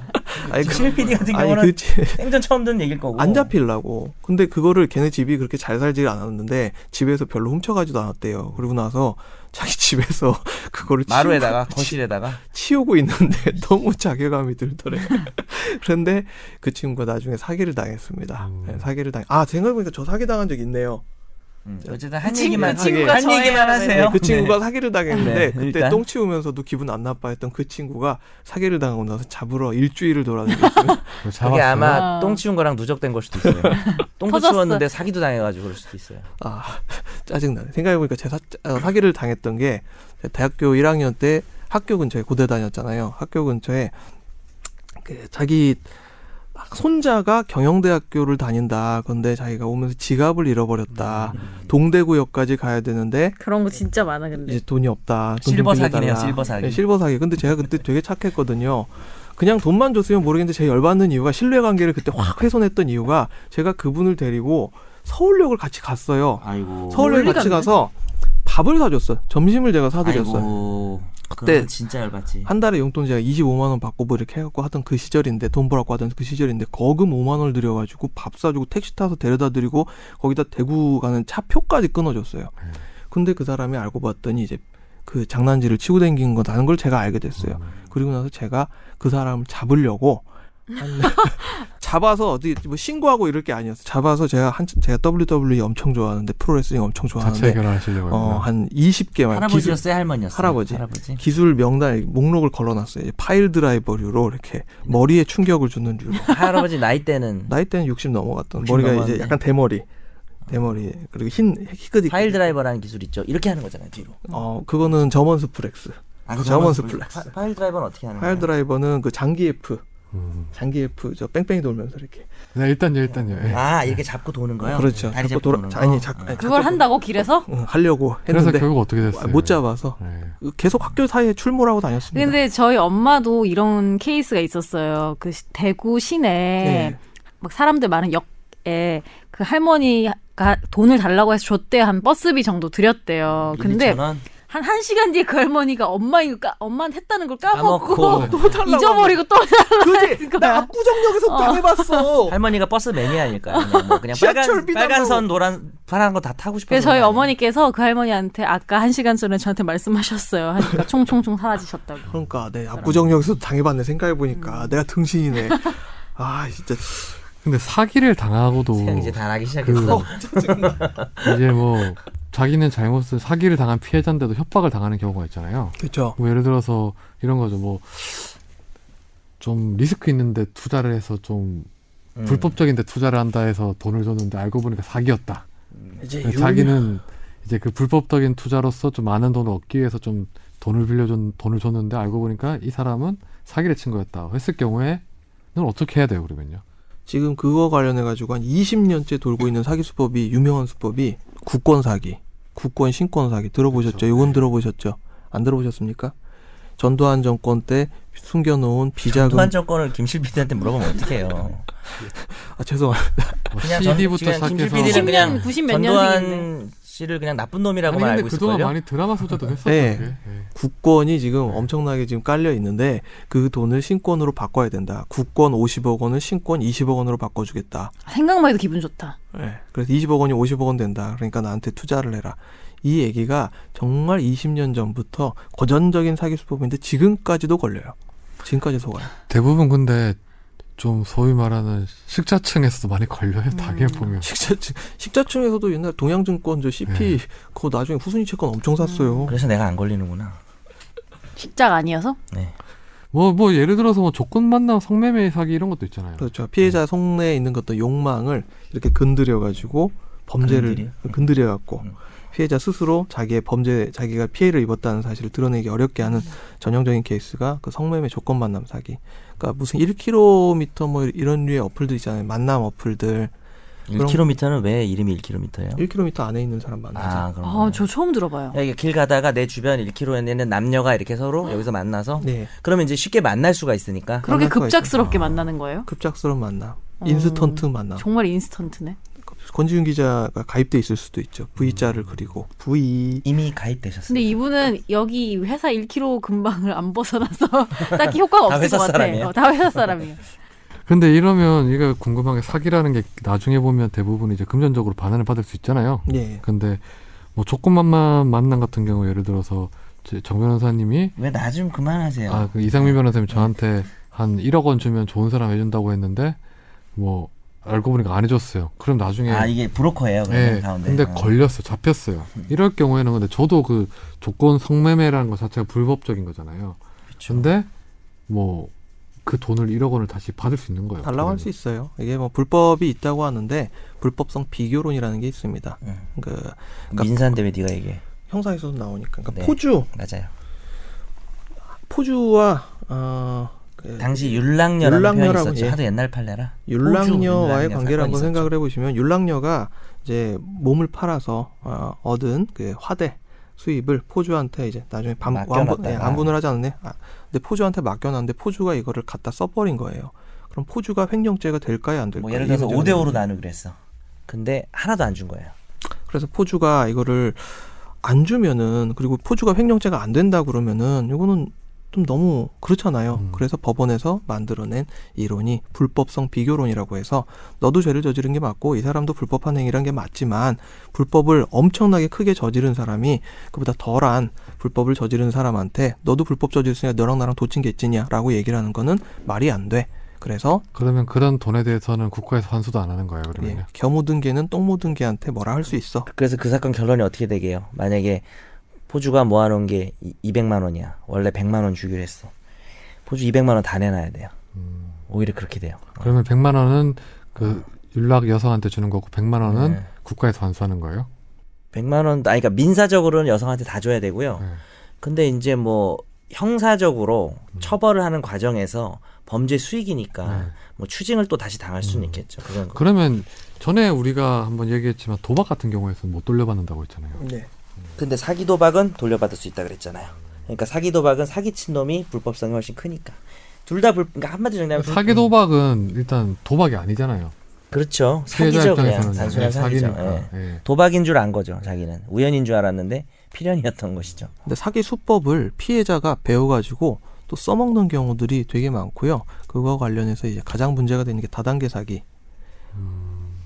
Speaker 2: 아니, 그-
Speaker 3: 실 PD 같은
Speaker 2: 아니
Speaker 3: 경우는
Speaker 2: 그 집-
Speaker 3: 생전 처음 듣는 얘기일 거고.
Speaker 2: 안 잡히려고. 근데 그거를 걔네 집이 그렇게 잘 살지 않았는데 집에서 별로 훔쳐가지도 않았대요. 그러고 나서 자기 집에서 [LAUGHS] 그거를 치우고-
Speaker 3: 마루에다가 거실에다가
Speaker 2: 치우고 있는데 [LAUGHS] 너무 자괴감이 들더래. [LAUGHS] 그런데 그 친구가 나중에 사기를 당했습니다.
Speaker 1: 음.
Speaker 2: 네, 사기를 당. 아 생각해보니까 저 사기 당한 적 있네요.
Speaker 3: 음, 어쨌든 한
Speaker 4: 그
Speaker 3: 얘기만
Speaker 4: 친구, 그 친구가
Speaker 3: 한
Speaker 4: 저예요.
Speaker 3: 얘기만
Speaker 2: 네,
Speaker 3: 하세요.
Speaker 2: 그 친구가
Speaker 3: 네.
Speaker 2: 사기를 당했는데
Speaker 3: 네,
Speaker 2: 그때
Speaker 3: 일단.
Speaker 2: 똥 치우면서도 기분 안 나빠했던 그 친구가 사기를 당하고 나서 잡으러 일주일을 돌아다녔어요.
Speaker 1: 잡았어요?
Speaker 3: 그게 아마
Speaker 4: 아.
Speaker 3: 똥 치운 거랑 누적된 걸 수도 [LAUGHS] 있어요. 똥도
Speaker 4: 터졌어.
Speaker 3: 치웠는데 사기도 당해가지고 그럴 수도 있어요.
Speaker 2: 아 [LAUGHS] 짜증나네. 생각해보니까 제가 사기를 당했던 게 대학교 1학년 때 학교 근처에 고대 다녔잖아요. 학교 근처에 그 자기 손자가 경영대학교를 다닌다. 근데 자기가 오면서 지갑을 잃어버렸다.
Speaker 3: 음.
Speaker 2: 동대구역까지 가야 되는데
Speaker 4: 그런 거 진짜 많아 근데.
Speaker 2: 이제 돈이 없다. 돈좀
Speaker 3: 실버 사기네요,
Speaker 2: 빌려달라.
Speaker 3: 실버 사기.
Speaker 2: 네, 실버 사기. 근데 제가 그때 되게 착했거든요. 그냥 돈만 줬으면 모르겠는데 제 열받는 이유가 신뢰관계를 그때 확 훼손했던 이유가 제가 그분을 데리고 서울역을 같이 갔어요.
Speaker 3: 아이고.
Speaker 2: 서울에
Speaker 4: 멀리
Speaker 2: 같이
Speaker 4: 갔네.
Speaker 2: 가서 밥을 사줬어요. 점심을 제가 사드렸어요.
Speaker 3: 아이고.
Speaker 2: 그때
Speaker 3: 그때 진짜 열받지.
Speaker 2: 한 달에 용돈 제가 25만 원 받고 뭐 이렇게 해갖고 하던 그 시절인데 돈 벌라고 하던 그 시절인데 거금 5만 원을 들여가지고 밥 사주고 택시 타서 데려다 드리고 거기다 대구 가는 차표까지 끊어줬어요.
Speaker 3: 음.
Speaker 2: 근데 그 사람이 알고 봤더니 이제 그 장난질을 치고 댕긴 거라는 걸 제가 알게 됐어요.
Speaker 3: 음.
Speaker 2: 그리고 나서 제가 그 사람을 잡으려고 한- [LAUGHS] 잡아서 어디 뭐 신고하고 이럴 게 아니었어요. 잡아서 제가 한 제가 WWE 엄청 좋아하는데 프로레슬링 엄청
Speaker 1: 자체
Speaker 3: 네.
Speaker 2: 좋아하는데
Speaker 1: 해결하시려고
Speaker 2: 어, 한 20개만 기술,
Speaker 3: 할아버지였어요, 할머니였어요.
Speaker 2: 할아버지.
Speaker 3: 할아버지.
Speaker 2: 기술 명단 목록을 걸어놨어요. 이제 파일 드라이버류로 이렇게 머리에 충격을 주는 류로.
Speaker 3: 할아버지 나이 때는
Speaker 2: [LAUGHS] 나이 때는 60 넘어갔던
Speaker 3: 60
Speaker 2: 머리가 이제
Speaker 3: 넘어갔네.
Speaker 2: 약간 대머리. 대머리 그리고 흰 희끗이
Speaker 3: 파일 드라이버라는 기술 있죠. 이렇게 하는 거잖아요, 뒤로.
Speaker 2: 어 그거는 점원 스프렉스.
Speaker 3: 아, 그
Speaker 2: 자원
Speaker 3: 저번
Speaker 2: 스플렉스.
Speaker 3: 파- 파일 드라이버는 어떻게
Speaker 1: 아.
Speaker 3: 하는
Speaker 2: 파일
Speaker 3: 거예요?
Speaker 2: 드라이버는 그 장기 F
Speaker 1: 음.
Speaker 2: 장기 F 저 뺑뺑이 돌면서 이렇게
Speaker 1: 네, 일단요, 일단요. 예.
Speaker 3: 아, 이렇게 잡고 도는 거요?
Speaker 2: 그렇죠.
Speaker 3: 다리
Speaker 2: 자꾸
Speaker 3: 잡고
Speaker 2: 돌아
Speaker 3: 도는 거.
Speaker 2: 아니 자, 아니,
Speaker 4: 그걸 한다고
Speaker 3: 음.
Speaker 4: 길에서?
Speaker 2: 응, 하려고
Speaker 1: 그래서
Speaker 2: 했는데
Speaker 1: 결국 어떻게 됐어요?
Speaker 2: 못 잡아서
Speaker 1: 예.
Speaker 2: 그 계속 학교 사이에 출몰하고 다녔습니다.
Speaker 4: 근데 저희 엄마도 이런 케이스가 있었어요. 그 시- 대구 시내
Speaker 3: 네.
Speaker 2: 예.
Speaker 4: 막 사람들 많은 역에 그 할머니가 돈을 달라고 해서 줬대 한 버스비 정도 드렸대요. 아, 근데
Speaker 3: 12,000원?
Speaker 4: 한 한시간 뒤에 그 할머니가 엄마 이거 까, 엄마한테 했다는 걸 까먹고,
Speaker 3: 까먹고.
Speaker 2: 또 달라고
Speaker 4: 잊어버리고 또
Speaker 2: 그지?
Speaker 4: 그거야.
Speaker 2: 나 압구정역에서
Speaker 3: 어.
Speaker 2: 당해봤어.
Speaker 3: 할머니가 버스 매니아니까요. 그냥, 뭐 그냥 빨간
Speaker 2: 지하철 비난하고.
Speaker 3: 빨간 선 노란 파란 거 다 타고 싶어서.
Speaker 4: 그래서 저희
Speaker 3: 그런 거
Speaker 4: 어머니께서 그 할머니한테 아까 한 시간 전에 저한테 말씀하셨어요. 하니까 총총총 사라지셨다고.
Speaker 2: 그러니까 내 압구정역에서 당해봤네 생각해보니까 내가 등신이네. 아 진짜
Speaker 1: 근데 사기를 당하고도 그
Speaker 3: 아니에요? 네, 이제 당하기 시작했어.
Speaker 1: [LAUGHS] 이제 뭐 자기는 잘못을 사기를 당한 피해자인데도 협박을 당하는 경우가 있잖아요.
Speaker 2: 그렇죠.
Speaker 1: 뭐 예를 들어서 이런 거죠. 뭐 좀 리스크 있는데 투자를 해서 좀
Speaker 3: 음.
Speaker 1: 불법적인데 투자를 한다 해서 돈을 줬는데 알고 보니까 사기였다.
Speaker 3: 예,
Speaker 2: 이제
Speaker 1: 자기는 이제 그 불법적인 투자로서 좀 많은 돈을 얻기 위해서 좀 돈을 빌려준 돈을 줬는데 알고 보니까 이 사람은 사기를 친 거였다. 했을 경우에는 어떻게 해야 돼요? 그러면요.
Speaker 2: 지금 그거 관련해 가지고 한 20년째 돌고 있는 사기 수법이 유명한 수법이 국권 사기, 국권 신권 사기 들어보셨죠?
Speaker 1: 그렇죠.
Speaker 2: 이건 들어보셨죠? 안 들어보셨습니까? 전두환 정권 때 숨겨놓은 비자금
Speaker 3: 전두환 정권을 김실 PD한테 물어보면 어떡해요.
Speaker 2: 아 죄송합니다. [LAUGHS]
Speaker 1: 뭐
Speaker 3: 그냥 전-
Speaker 1: CD부터
Speaker 3: 그냥 김
Speaker 1: 시작해서
Speaker 3: PD는 그냥
Speaker 4: 90 [LAUGHS] 몇 년생인데.
Speaker 3: 전두환 씨를 그냥 나쁜 놈이라고만
Speaker 1: 아니 근데
Speaker 3: 알고
Speaker 1: 그동안
Speaker 3: 있을걸요?
Speaker 1: 많이 드라마
Speaker 3: [LAUGHS]
Speaker 1: 소재도 했었죠.
Speaker 2: 네.
Speaker 1: 그게. 예.
Speaker 2: 국권이 지금 엄청나게 지금 깔려 있는데 그 돈을 신권으로 바꿔야 된다. 국권 50억 원을 신권 20억 원으로 바꿔주겠다.
Speaker 4: 생각만 해도 기분 좋다.
Speaker 2: 예. 그래서 20억 원이 50억 원 된다. 그러니까 나한테 투자를 해라. 이 얘기가 정말 20년 전부터 고전적인 사기 수법인데 지금까지도 걸려요. 지금까지 속아요.
Speaker 1: 음. 대부분 근데 좀 소위 말하는 식자층에서도 많이 걸려요.
Speaker 3: 음.
Speaker 1: 당해 보면.
Speaker 2: 식자층 식자층에서도 옛날 동양증권 저 CP 그거 나중에 후순위 채권 엄청 샀어요.
Speaker 3: 그래서 내가 안 걸리는구나.
Speaker 4: 십자가 아니어서?
Speaker 3: 네.
Speaker 1: 뭐, 뭐, 예를 들어서 뭐 조건 만남 성매매 사기 이런 것도 있잖아요.
Speaker 2: 그렇죠. 피해자 속내에 있는 것도 욕망을 이렇게 건드려 가지고 범죄를 건드려 갖고
Speaker 3: 음.
Speaker 2: 피해자 스스로 자기의 범죄 자기가 피해를 입었다는 사실을 드러내기 어렵게 하는 전형적인 케이스가 그 성매매 조건 만남 사기. 그러니까 무슨 1km 뭐 이런 류의 어플들 있잖아요. 만남 어플들.
Speaker 3: 1km는 왜 이름이 1km예요?
Speaker 2: 1km 안에 있는 사람 만나자.
Speaker 3: 아, 그럼.
Speaker 4: 아, 저 처음 들어봐요.
Speaker 3: 야, 이게 길 가다가 내 주변 1km에 있는 남녀가 이렇게 서로 여기서 만나서
Speaker 2: 네.
Speaker 3: 그러면 이제 쉽게 만날 수가 있으니까
Speaker 4: 그렇게
Speaker 2: 만날 수가
Speaker 4: 급작스럽게 만나는 거예요?
Speaker 2: 급작스러운 만남. 인스턴트 만남.
Speaker 4: 정말 인스턴트네.
Speaker 2: 권지윤 기자가 가입돼 있을 수도 있죠. V자를 그리고 음. V
Speaker 3: 이미 가입되셨어요.
Speaker 4: 근데 이분은 여기 회사 1km 근방을 안 벗어나서 [LAUGHS] 딱히 효과가
Speaker 3: 다
Speaker 4: 없을
Speaker 3: 회사
Speaker 4: 것
Speaker 3: 사람이에요?
Speaker 4: 같아요. 다
Speaker 3: [LAUGHS]
Speaker 4: 회사 사람이에요.
Speaker 1: 근데 이러면 이거 궁금한 게 사기라는 게 나중에 보면 대부분 이제 금전적으로 반환을 받을 수 있잖아요.
Speaker 2: 예.
Speaker 1: 근데 뭐 조건만만 만남 같은 경우 예를 들어서 제- 정 변호사님이
Speaker 3: 왜 나 좀 그만하세요.
Speaker 1: 아, 그 이상민 변호사님이 저한테 한 1억 원 주면 좋은 사람 해준다고 했는데 뭐 알고 보니까 안 해줬어요. 그럼 나중에
Speaker 3: 아, 이게 브로커예요. 그러면
Speaker 1: 예.
Speaker 3: 가운데.
Speaker 1: 근데
Speaker 3: 어. 음.
Speaker 1: 걸렸어. 잡혔어요. 이럴 경우에는 근데 저도 그 조건 성매매라는 것 자체가 불법적인 거잖아요. 근데 뭐 그 돈을 1억 원을 다시 받을 수 있는 거예요.
Speaker 2: 달라고
Speaker 3: 음.
Speaker 2: 할 수 있어요. 이게 뭐 불법이 있다고 하는데 불법성 비교론이라는 게 있습니다.
Speaker 3: 음.
Speaker 2: 그
Speaker 3: 민사인데 왜 네가 얘기해?
Speaker 2: 형사에서도 나오니까. 그러니까
Speaker 3: 네.
Speaker 2: 포주,
Speaker 3: 맞아요.
Speaker 2: 포주와 어, 그
Speaker 3: 당시 율랑녀라는 표현이
Speaker 2: 율랑녀라고,
Speaker 3: 있었죠.
Speaker 2: 예.
Speaker 3: 하도 옛날 팔레라.
Speaker 2: 율랑녀와의
Speaker 3: 포주, 그렇죠.
Speaker 2: 관계를 한번
Speaker 3: 사건이
Speaker 2: 생각을 해보시면 율랑녀가 이제 몸을 팔아서 어, 얻은 그 화대 수입을 포주한테 이제 나중에 반,
Speaker 3: 맡겨놨다가.
Speaker 2: 완분, 예, 안분을 하지 않네. 아, 근데 포주한테 맡겨놨는데 포주가 이거를 갖다 써버린 거예요. 그럼 포주가 횡령죄가 될까요, 안 될까요?
Speaker 3: 뭐 예를
Speaker 2: 이게
Speaker 3: 들어서 5대
Speaker 2: 문제거든요.
Speaker 3: 5로 나누기로 했어. 근데 하나도 안 준 거예요.
Speaker 2: 그래서 포주가 이거를 안 주면은 그리고 포주가 횡령죄가 안 된다 그러면은 이거는 좀 너무 그렇잖아요.
Speaker 1: 음.
Speaker 2: 그래서 법원에서 만들어낸 이론이 불법성 비교론이라고 해서 너도 죄를 저지른 게 맞고 이 사람도 불법한 행위란 게 맞지만 불법을 엄청나게 크게 저지른 사람이 그보다 덜한 불법을 저지른 사람한테 너도 불법 저질렀으니까 너랑 나랑 도친 게 있지냐라고 얘기를 하는 거는 말이 안 돼. 그래서
Speaker 1: 그러면 그런 돈에 대해서는 국가에서 환수도 안 하는 거예요. 그러면
Speaker 2: 예,
Speaker 3: 네.
Speaker 1: 요
Speaker 2: 겨모든 개는 똥 묻은 개한테 뭐라 할 수 있어.
Speaker 3: 그래서 그 사건 결론이 어떻게 되게요? 만약에 포주가 모아놓은 게 이- 200만 원이야. 원래 100만 원 주기로 했어. 포주 200만 원 다 내놔야 돼요. 음. 오히려 그렇게 돼요.
Speaker 1: 그러면 100만 원은 그 윤락 여성한테 주는 거고 100만 원은
Speaker 3: 네.
Speaker 1: 국가에서 환수하는 거예요?
Speaker 3: 100만 원, 아니, 그러니까 민사적으로는 여성한테 다 줘야 되고요.
Speaker 1: 네.
Speaker 3: 근데 이제 뭐 형사적으로 처벌을 하는 과정에서 범죄 수익이니까
Speaker 1: 음. 네. 음.
Speaker 3: 뭐 추징을 또 다시 당할 수는 있겠죠. 그건
Speaker 1: 그러면 전에 우리가 한번 얘기했지만 도박 같은 경우에서는 못 돌려받는다고 했잖아요.
Speaker 2: 네.
Speaker 3: 근데 사기 도박은 돌려받을 수 있다 그랬잖아요. 그러니까 사기 도박은 사기친 놈이 불법성이 훨씬 크니까 둘 다 불, 그러니까 한마디 정리하면 불-
Speaker 1: 사기 도박은 일단 도박이 아니잖아요.
Speaker 3: 그렇죠.
Speaker 1: 피해자
Speaker 3: 사기죠 그냥
Speaker 1: 입장에서는
Speaker 3: 단순한
Speaker 1: 예,
Speaker 3: 사기죠. 예.
Speaker 1: 사기니까. 예.
Speaker 3: 도박인 줄 안 거죠 자기는 우연인 줄 알았는데 필연이었던 것이죠.
Speaker 2: 근데 사기 수법을 피해자가 배워가지고 또 써먹는 경우들이 되게 많고요. 그거와 관련해서 이제 가장 문제가 되는 게 다단계 사기.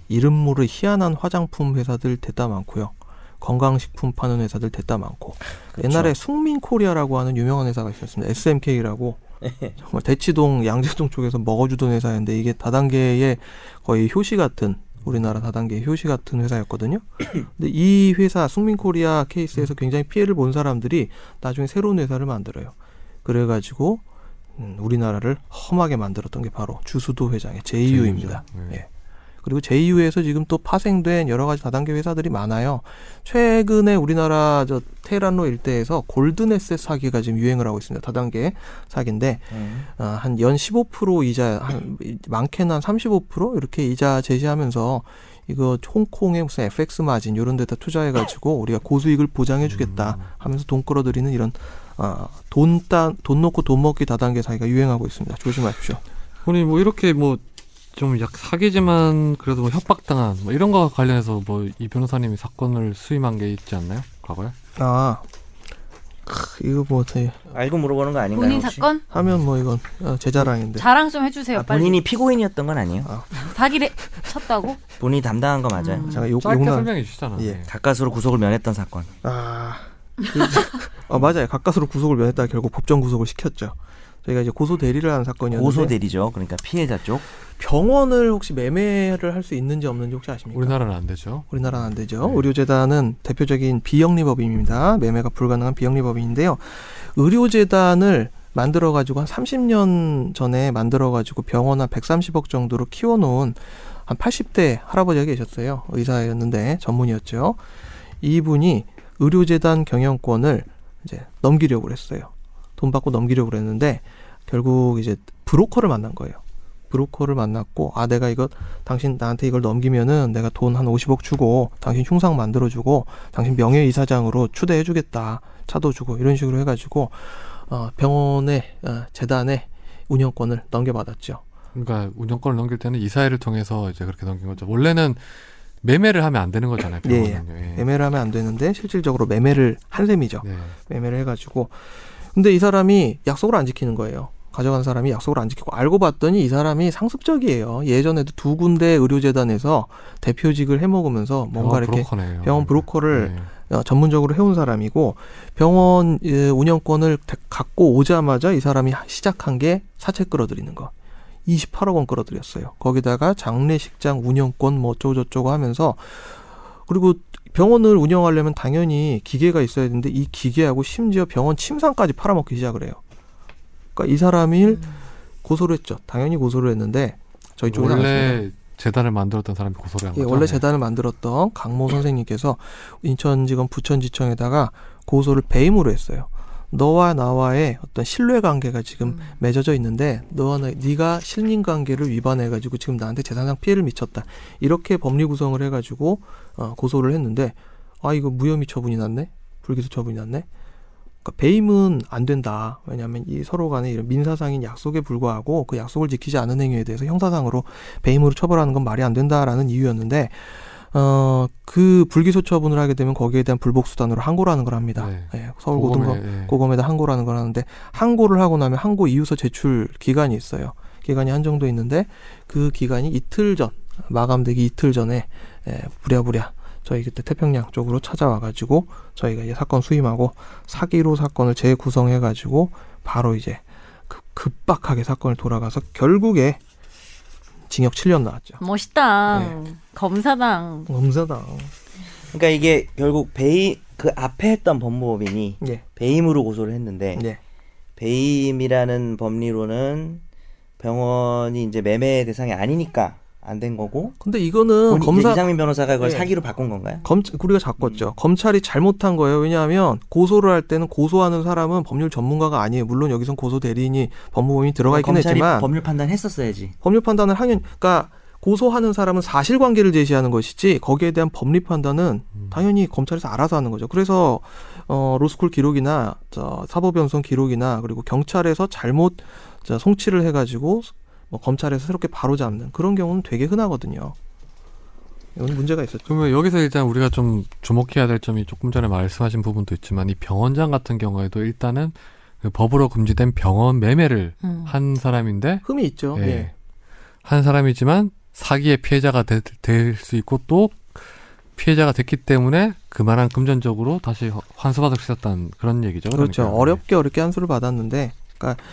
Speaker 2: 이름 모를 희한한 화장품 회사들 대다 많고요. 건강식품 파는 회사들 대다 많고.
Speaker 3: 그렇죠.
Speaker 2: 옛날에 숙민코리아라고 하는 유명한 회사가 있었습니다. SMK라고. 정말 대치동, 양재동 쪽에서 먹어주던 회사였는데 이게 다단계의 거의 효시 같은 우리나라 다단계의 효시 같은 회사였거든요. 근데 이 회사 숙민코리아 케이스에서 굉장히 피해를 본 사람들이 나중에 새로운 회사를 만들어요. 그래가지고 음, 우리나라를 험하게 만들었던 게 바로 주수도 회장의 JU입니다.
Speaker 1: 네.
Speaker 2: 예. 그리고 JU에서 지금 또 파생된 여러 가지 다단계 회사들이 많아요. 최근에 우리나라 저 테란로 일대에서 골든에셋 사기가 지금 유행을 하고 있습니다. 다단계 사기인데
Speaker 3: 음.
Speaker 2: 아, 한 연 15% 이자 한 많게는 한 35% 이렇게 이자 제시하면서 이거 홍콩의 무슨 FX 마진 이런 데다 투자해 가지고 우리가 고수익을 보장해 주겠다
Speaker 3: 음.
Speaker 2: 하면서 돈 끌어들이는 이런 아, 돈돈 놓고 돈 먹기 다단계 사기가 유행하고 있습니다. 조심하십시오.
Speaker 1: 아니 뭐 이렇게 뭐 좀 약 사기지만 그래도 뭐 협박당한 뭐 이런 거와 관련해서 뭐 이 변호사님이 사건을 수임한 게 있지 않나요? 과거에?
Speaker 2: 아. 크, 이거 뭐 어떻게
Speaker 3: 알고 물어보는 거 아닌가요?
Speaker 4: 본인
Speaker 3: 혹시?
Speaker 4: 사건
Speaker 2: 하면 뭐 이건 어, 제 자랑인데.
Speaker 4: 자랑 좀 해주세요.
Speaker 3: 아,
Speaker 4: 빨리
Speaker 3: 본인이 피고인이었던 건 아니에요.
Speaker 4: 사기를 쳤다고?
Speaker 3: 본인이 담당한 거 맞아요.
Speaker 4: 음.
Speaker 2: 제가 욕,
Speaker 1: 짧게
Speaker 2: 욕나
Speaker 1: 설명해 주시잖아.
Speaker 2: 예.
Speaker 1: 예.
Speaker 3: 가까스로 구속을 면했던 사건.
Speaker 2: 아, 그- 어, 맞아요. 가까스로 구속을 면했다가 결국 법정 구속을 시켰죠. 저희가 이제 고소 대리를 한 사건이었는데
Speaker 3: 고소 대리죠. 그러니까 피해자 쪽.
Speaker 2: 병원을 혹시 매매를 할 수 있는지 없는지 혹시 아십니까?
Speaker 1: 우리나라는 안 되죠.
Speaker 2: 우리나라는 안 되죠.
Speaker 1: 네.
Speaker 2: 의료재단은 대표적인 비영리법인입니다. 매매가 불가능한 비영리법인인데요. 의료재단을 만들어가지고 한 30년 전에 만들어가지고 병원 한 130억 정도로 키워놓은 한 80대 할아버지가 계셨어요. 의사였는데 전문이었죠. 이분이 의료재단 경영권을 이제 넘기려고 그랬어요. 돈 받고 넘기려고 그랬는데 결국 이제 브로커를 만난 거예요. 브로커를 만났고 아 내가 이거 당신 나한테 이걸 넘기면은 내가 돈 한 50억 주고 당신 흉상 만들어주고 당신 명예 이사장으로 추대해주겠다 차도 주고 이런 식으로 해가지고 어, 병원에 어, 재단에 운영권을 넘겨받았죠.
Speaker 1: 그러니까 운영권을 넘길 때는 이사회를 통해서 이제 그렇게 넘긴 거죠. 원래는 매매를 하면 안 되는 거잖아요.
Speaker 2: 예, 예.
Speaker 1: 병원은요. 예.
Speaker 2: 매매를 하면 안 되는데 실질적으로 매매를 한 셈이죠.
Speaker 1: 네.
Speaker 2: 매매를 해가지고 근데 이 사람이 약속을 안 지키는 거예요. 가져간 사람이 약속을 안 지키고 알고 봤더니 이 사람이 상습적이에요. 예전에도 두 군데 의료재단에서 대표직을 해먹으면서 뭔가
Speaker 1: 병원
Speaker 2: 이렇게
Speaker 1: 브로커네요.
Speaker 2: 병원 브로커를
Speaker 1: 예.
Speaker 2: 어, 전문적으로 해온 사람이고 병원 예, 운영권을 대- 갖고 오자마자 이 사람이 하- 시작한 게 사채 끌어들이는 거. 28억 원 끌어들였어요. 거기다가 장례식장 운영권 뭐 어쩌고저쩌고 하면서 그리고 병원을 운영하려면 당연히 기계가 있어야 되는데 이 기계하고 심지어 병원 침상까지 팔아먹기 시작을 해요. 그러니까 이 사람이
Speaker 1: 음.
Speaker 4: 음.
Speaker 2: 고소를 했죠. 당연히 고소를 했는데 저희 쪽은 안 했습니다.
Speaker 1: 원래 재단을 만들었던 사람이 고소를 한
Speaker 2: 예,
Speaker 1: 거죠.
Speaker 2: 원래
Speaker 1: 네.
Speaker 2: 재단을 만들었던 강모 선생님께서 인천지검 부천지청에다가 고소를 배임으로 했어요. 너와 나와의 어떤 신뢰 관계가 지금 맺어져 있는데 너와 나, 네가 신린 관계를 위반해 가지고 지금 나한테 재산상 피해를 미쳤다. 이렇게 법리 구성을 해 가지고 어, 고소를 했는데 아 이거 무혐의 처분이 났네. 불기소 처분이 났네. 그러니까 배임은 안 된다. 왜냐하면 이 서로 간에 이런 민사상인 약속에 불과하고 그 약속을 지키지 않은 행위에 대해서 형사상으로 배임으로 처벌하는 건 말이 안 된다라는 이유였는데 어 그 불기소 처분을 하게 되면 거기에 대한 불복 수단으로 항고라는 걸 합니다.
Speaker 1: 네.
Speaker 2: 예, 서울 고등법
Speaker 1: 고검에, 예.
Speaker 2: 고검에다 항고라는 걸 하는데 항고를 하고 나면 항고 이유서 제출 기간이 있어요. 기간이 한정돼 있는데 그 기간이 이틀 전 마감되기 이틀 전에 예, 부랴부랴 저희 그때 태평양 쪽으로 찾아와가지고 저희가 이제 사건 수임하고 사기로 사건을 재구성해가지고 바로 이제 급- 급박하게 사건을 돌아가서 결국에 징역 7년 나왔죠.
Speaker 4: 멋있다.
Speaker 2: 네.
Speaker 4: 검사당.
Speaker 2: 검사다.
Speaker 3: 그러니까 이게 결국 배임 그 앞에 했던 법무법인이
Speaker 2: 예.
Speaker 3: 배임으로 고소를 했는데
Speaker 2: 예.
Speaker 3: 배임이라는 법리로는 병원이 이제 매매 대상이 아니니까 안 된 거고
Speaker 2: 근데 이거는
Speaker 3: 본인-
Speaker 2: 검사
Speaker 3: 이상민 변호사가 이걸
Speaker 2: 네.
Speaker 3: 사기로 바꾼 건가요?
Speaker 2: 검 우리가
Speaker 3: 음.
Speaker 2: 바꿨죠. 검찰이 잘못한 거예요. 왜냐하면 고소를 할 때는 고소하는 사람은 법률 전문가가 아니에요. 물론 여기선 고소 대리인이 법무법인 들어가 있긴
Speaker 3: 그러니까 검찰이
Speaker 2: 했지만
Speaker 3: 법률 판단했었어야지.
Speaker 2: 법률 판단을 당연 그러니까 고소하는 사람은 사실관계를 제시하는 것이지 거기에 대한 법리 판단은
Speaker 3: 음.
Speaker 2: 당연히 검찰에서 알아서 하는 거죠. 그래서 어 로스쿨 기록이나 저 사법연수원 기록이나 그리고 경찰에서 잘못 저 송치를 해가지고 뭐 검찰에서 새롭게 바로잡는 그런 경우는 되게 흔하거든요. 이건 문제가 있었죠.
Speaker 1: 그러면 여기서 일단 우리가 좀 주목해야 될 점이 조금 전에 말씀하신 부분도 있지만 이 병원장 같은 경우에도 일단은 그 법으로 금지된 병원 매매를
Speaker 4: 음.
Speaker 1: 한 사람인데
Speaker 2: 흠이 있죠.
Speaker 3: 네.
Speaker 1: 예.
Speaker 2: 예.
Speaker 1: 한 사람이지만 사기의 피해자가 될 수 있고 또 피해자가 됐기 때문에 그만한 금전적으로 다시 환수받을 수 있었다는 그런 얘기죠.
Speaker 2: 그렇죠.
Speaker 1: 그러니까.
Speaker 2: 어렵게 어렵게 한 수를 받았는데, 그러니까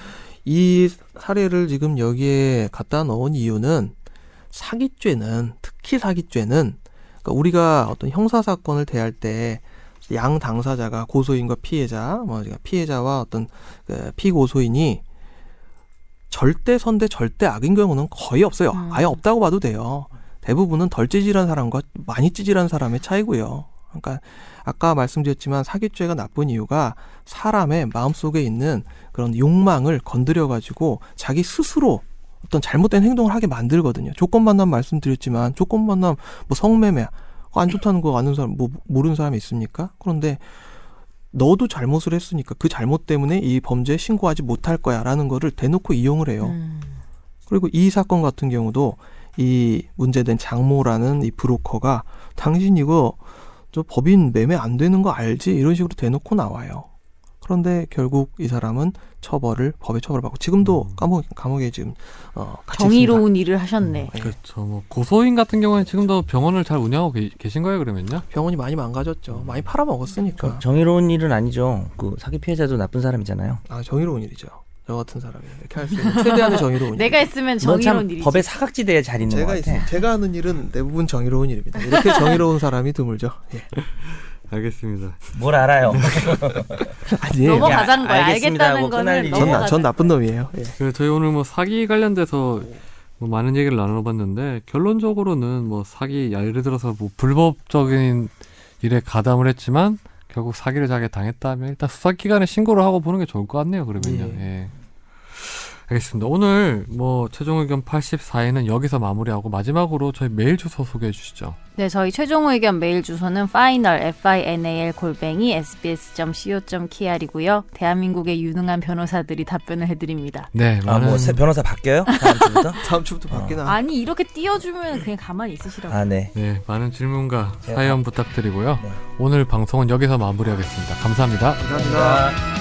Speaker 2: 이 사례를 지금 여기에 갖다 넣은 이유는 사기죄는 특히 사기죄는 그러니까 우리가 어떤 형사 사건을 대할 때 양 당사자가 고소인과 피해자, 뭐 피해자와 어떤 그 피고소인이 절대 선대 절대 악인 경우는 거의 없어요.
Speaker 4: 음.
Speaker 2: 아예 없다고 봐도 돼요. 대부분은 덜 찌질한 사람과 많이 찌질한 사람의 차이고요. 그러니까 아까 말씀드렸지만 사기죄가 나쁜 이유가 사람의 마음속에 있는 그런 욕망을 건드려 가지고 자기 스스로 어떤 잘못된 행동을 하게 만들거든요. 조건 만남 말씀드렸지만 조건 만남 뭐 성매매 그거 안 좋다는 거 아는 사람 뭐 모르는 사람이 있습니까? 그런데 너도 잘못을 했으니까 그 잘못 때문에 이 범죄에 신고하지 못할 거야라는 거를 대놓고 이용을 해요.
Speaker 4: 음.
Speaker 2: 그리고 이 사건 같은 경우도 이 문제된 장모라는 이 브로커가 당신 이거 저 법인 매매 안 되는 거 알지? 이런 식으로 대놓고 나와요. 그런데 결국 이 사람은 처벌을 법에 처벌받고 지금도 감옥 감옥에 지금 어 같이
Speaker 4: 정의로운 일을 하셨네.
Speaker 2: 있습니다. 예.
Speaker 1: 그렇죠. 뭐 고소인 같은 경우에는 지금도 병원을 잘 운영하고 계- 계신 거예요, 그러면요?
Speaker 2: 병원이 많이 망가졌죠. 많이 팔아먹었으니까.
Speaker 3: 그 정의로운 일은 아니죠. 그 사기 피해자도 나쁜 사람이잖아요.
Speaker 2: 아 정의로운 일이죠. 저 같은 사람이 이렇게 할 수 있는 최대한의 정의로운 일.
Speaker 4: 내가 했으면
Speaker 3: 넌 참
Speaker 4: 정의로운 일이지.
Speaker 3: 법의 사각지대에 잘 있는 것
Speaker 2: 제가
Speaker 3: 같아.
Speaker 2: 있- 제가 하는 일은 대부분 정의로운 일입니다. 이렇게 정의로운 사람이 드물죠.
Speaker 4: [LAUGHS]
Speaker 2: 예.
Speaker 1: 알겠습니다.
Speaker 3: 뭘 알아요?
Speaker 2: 아니에요.
Speaker 3: 넘어-
Speaker 4: 네, 넘어가자는 거야.
Speaker 3: 알겠습니다
Speaker 4: 알겠다는
Speaker 3: 하고 끝날
Speaker 4: 거는
Speaker 3: 일이죠.
Speaker 2: 전, 나,
Speaker 4: 넘어가자.
Speaker 2: 뭐 전 나쁜 놈이에요. 예.
Speaker 1: 그 저희 오늘 뭐 사기 관련돼서
Speaker 3: 네.
Speaker 1: 뭐 많은 얘기를 나눠봤는데 결론적으로는 뭐 사기 예를 들어서 뭐 불법적인 일에 가담을 했지만 결국 사기를 자기가 당했다면 일단 수사기관에 신고를 하고 보는 게 좋을 것 같네요. 그러면요.
Speaker 2: 예.
Speaker 1: 예. 알겠습니다. 오늘 뭐 최종 의견 84회는 여기서 마무리하고 마지막으로 저희 메일 주소 소개해 주시죠.
Speaker 4: 네, 저희 최종 의견 메일 주소는 final final 골뱅이 sbs.co.kr이고요. 대한민국의 유능한 변호사들이 답변을 해드립니다.
Speaker 1: 네,
Speaker 3: 아,
Speaker 1: 많은
Speaker 3: 뭐 새- 변호사 바뀌어요? 다음 주부터?
Speaker 2: 다음 주부터 바뀌나.
Speaker 4: 아니 이렇게 띄워주면 그냥 가만히 있으시라고.
Speaker 3: 아, 네.
Speaker 1: 네, 많은 질문과
Speaker 3: 제가-
Speaker 1: 사연 부탁드리고요.
Speaker 3: 네.
Speaker 1: 오늘 방송은 여기서 마무리하겠습니다. 감사합니다.
Speaker 2: 감사합니다.
Speaker 3: 감사합니다.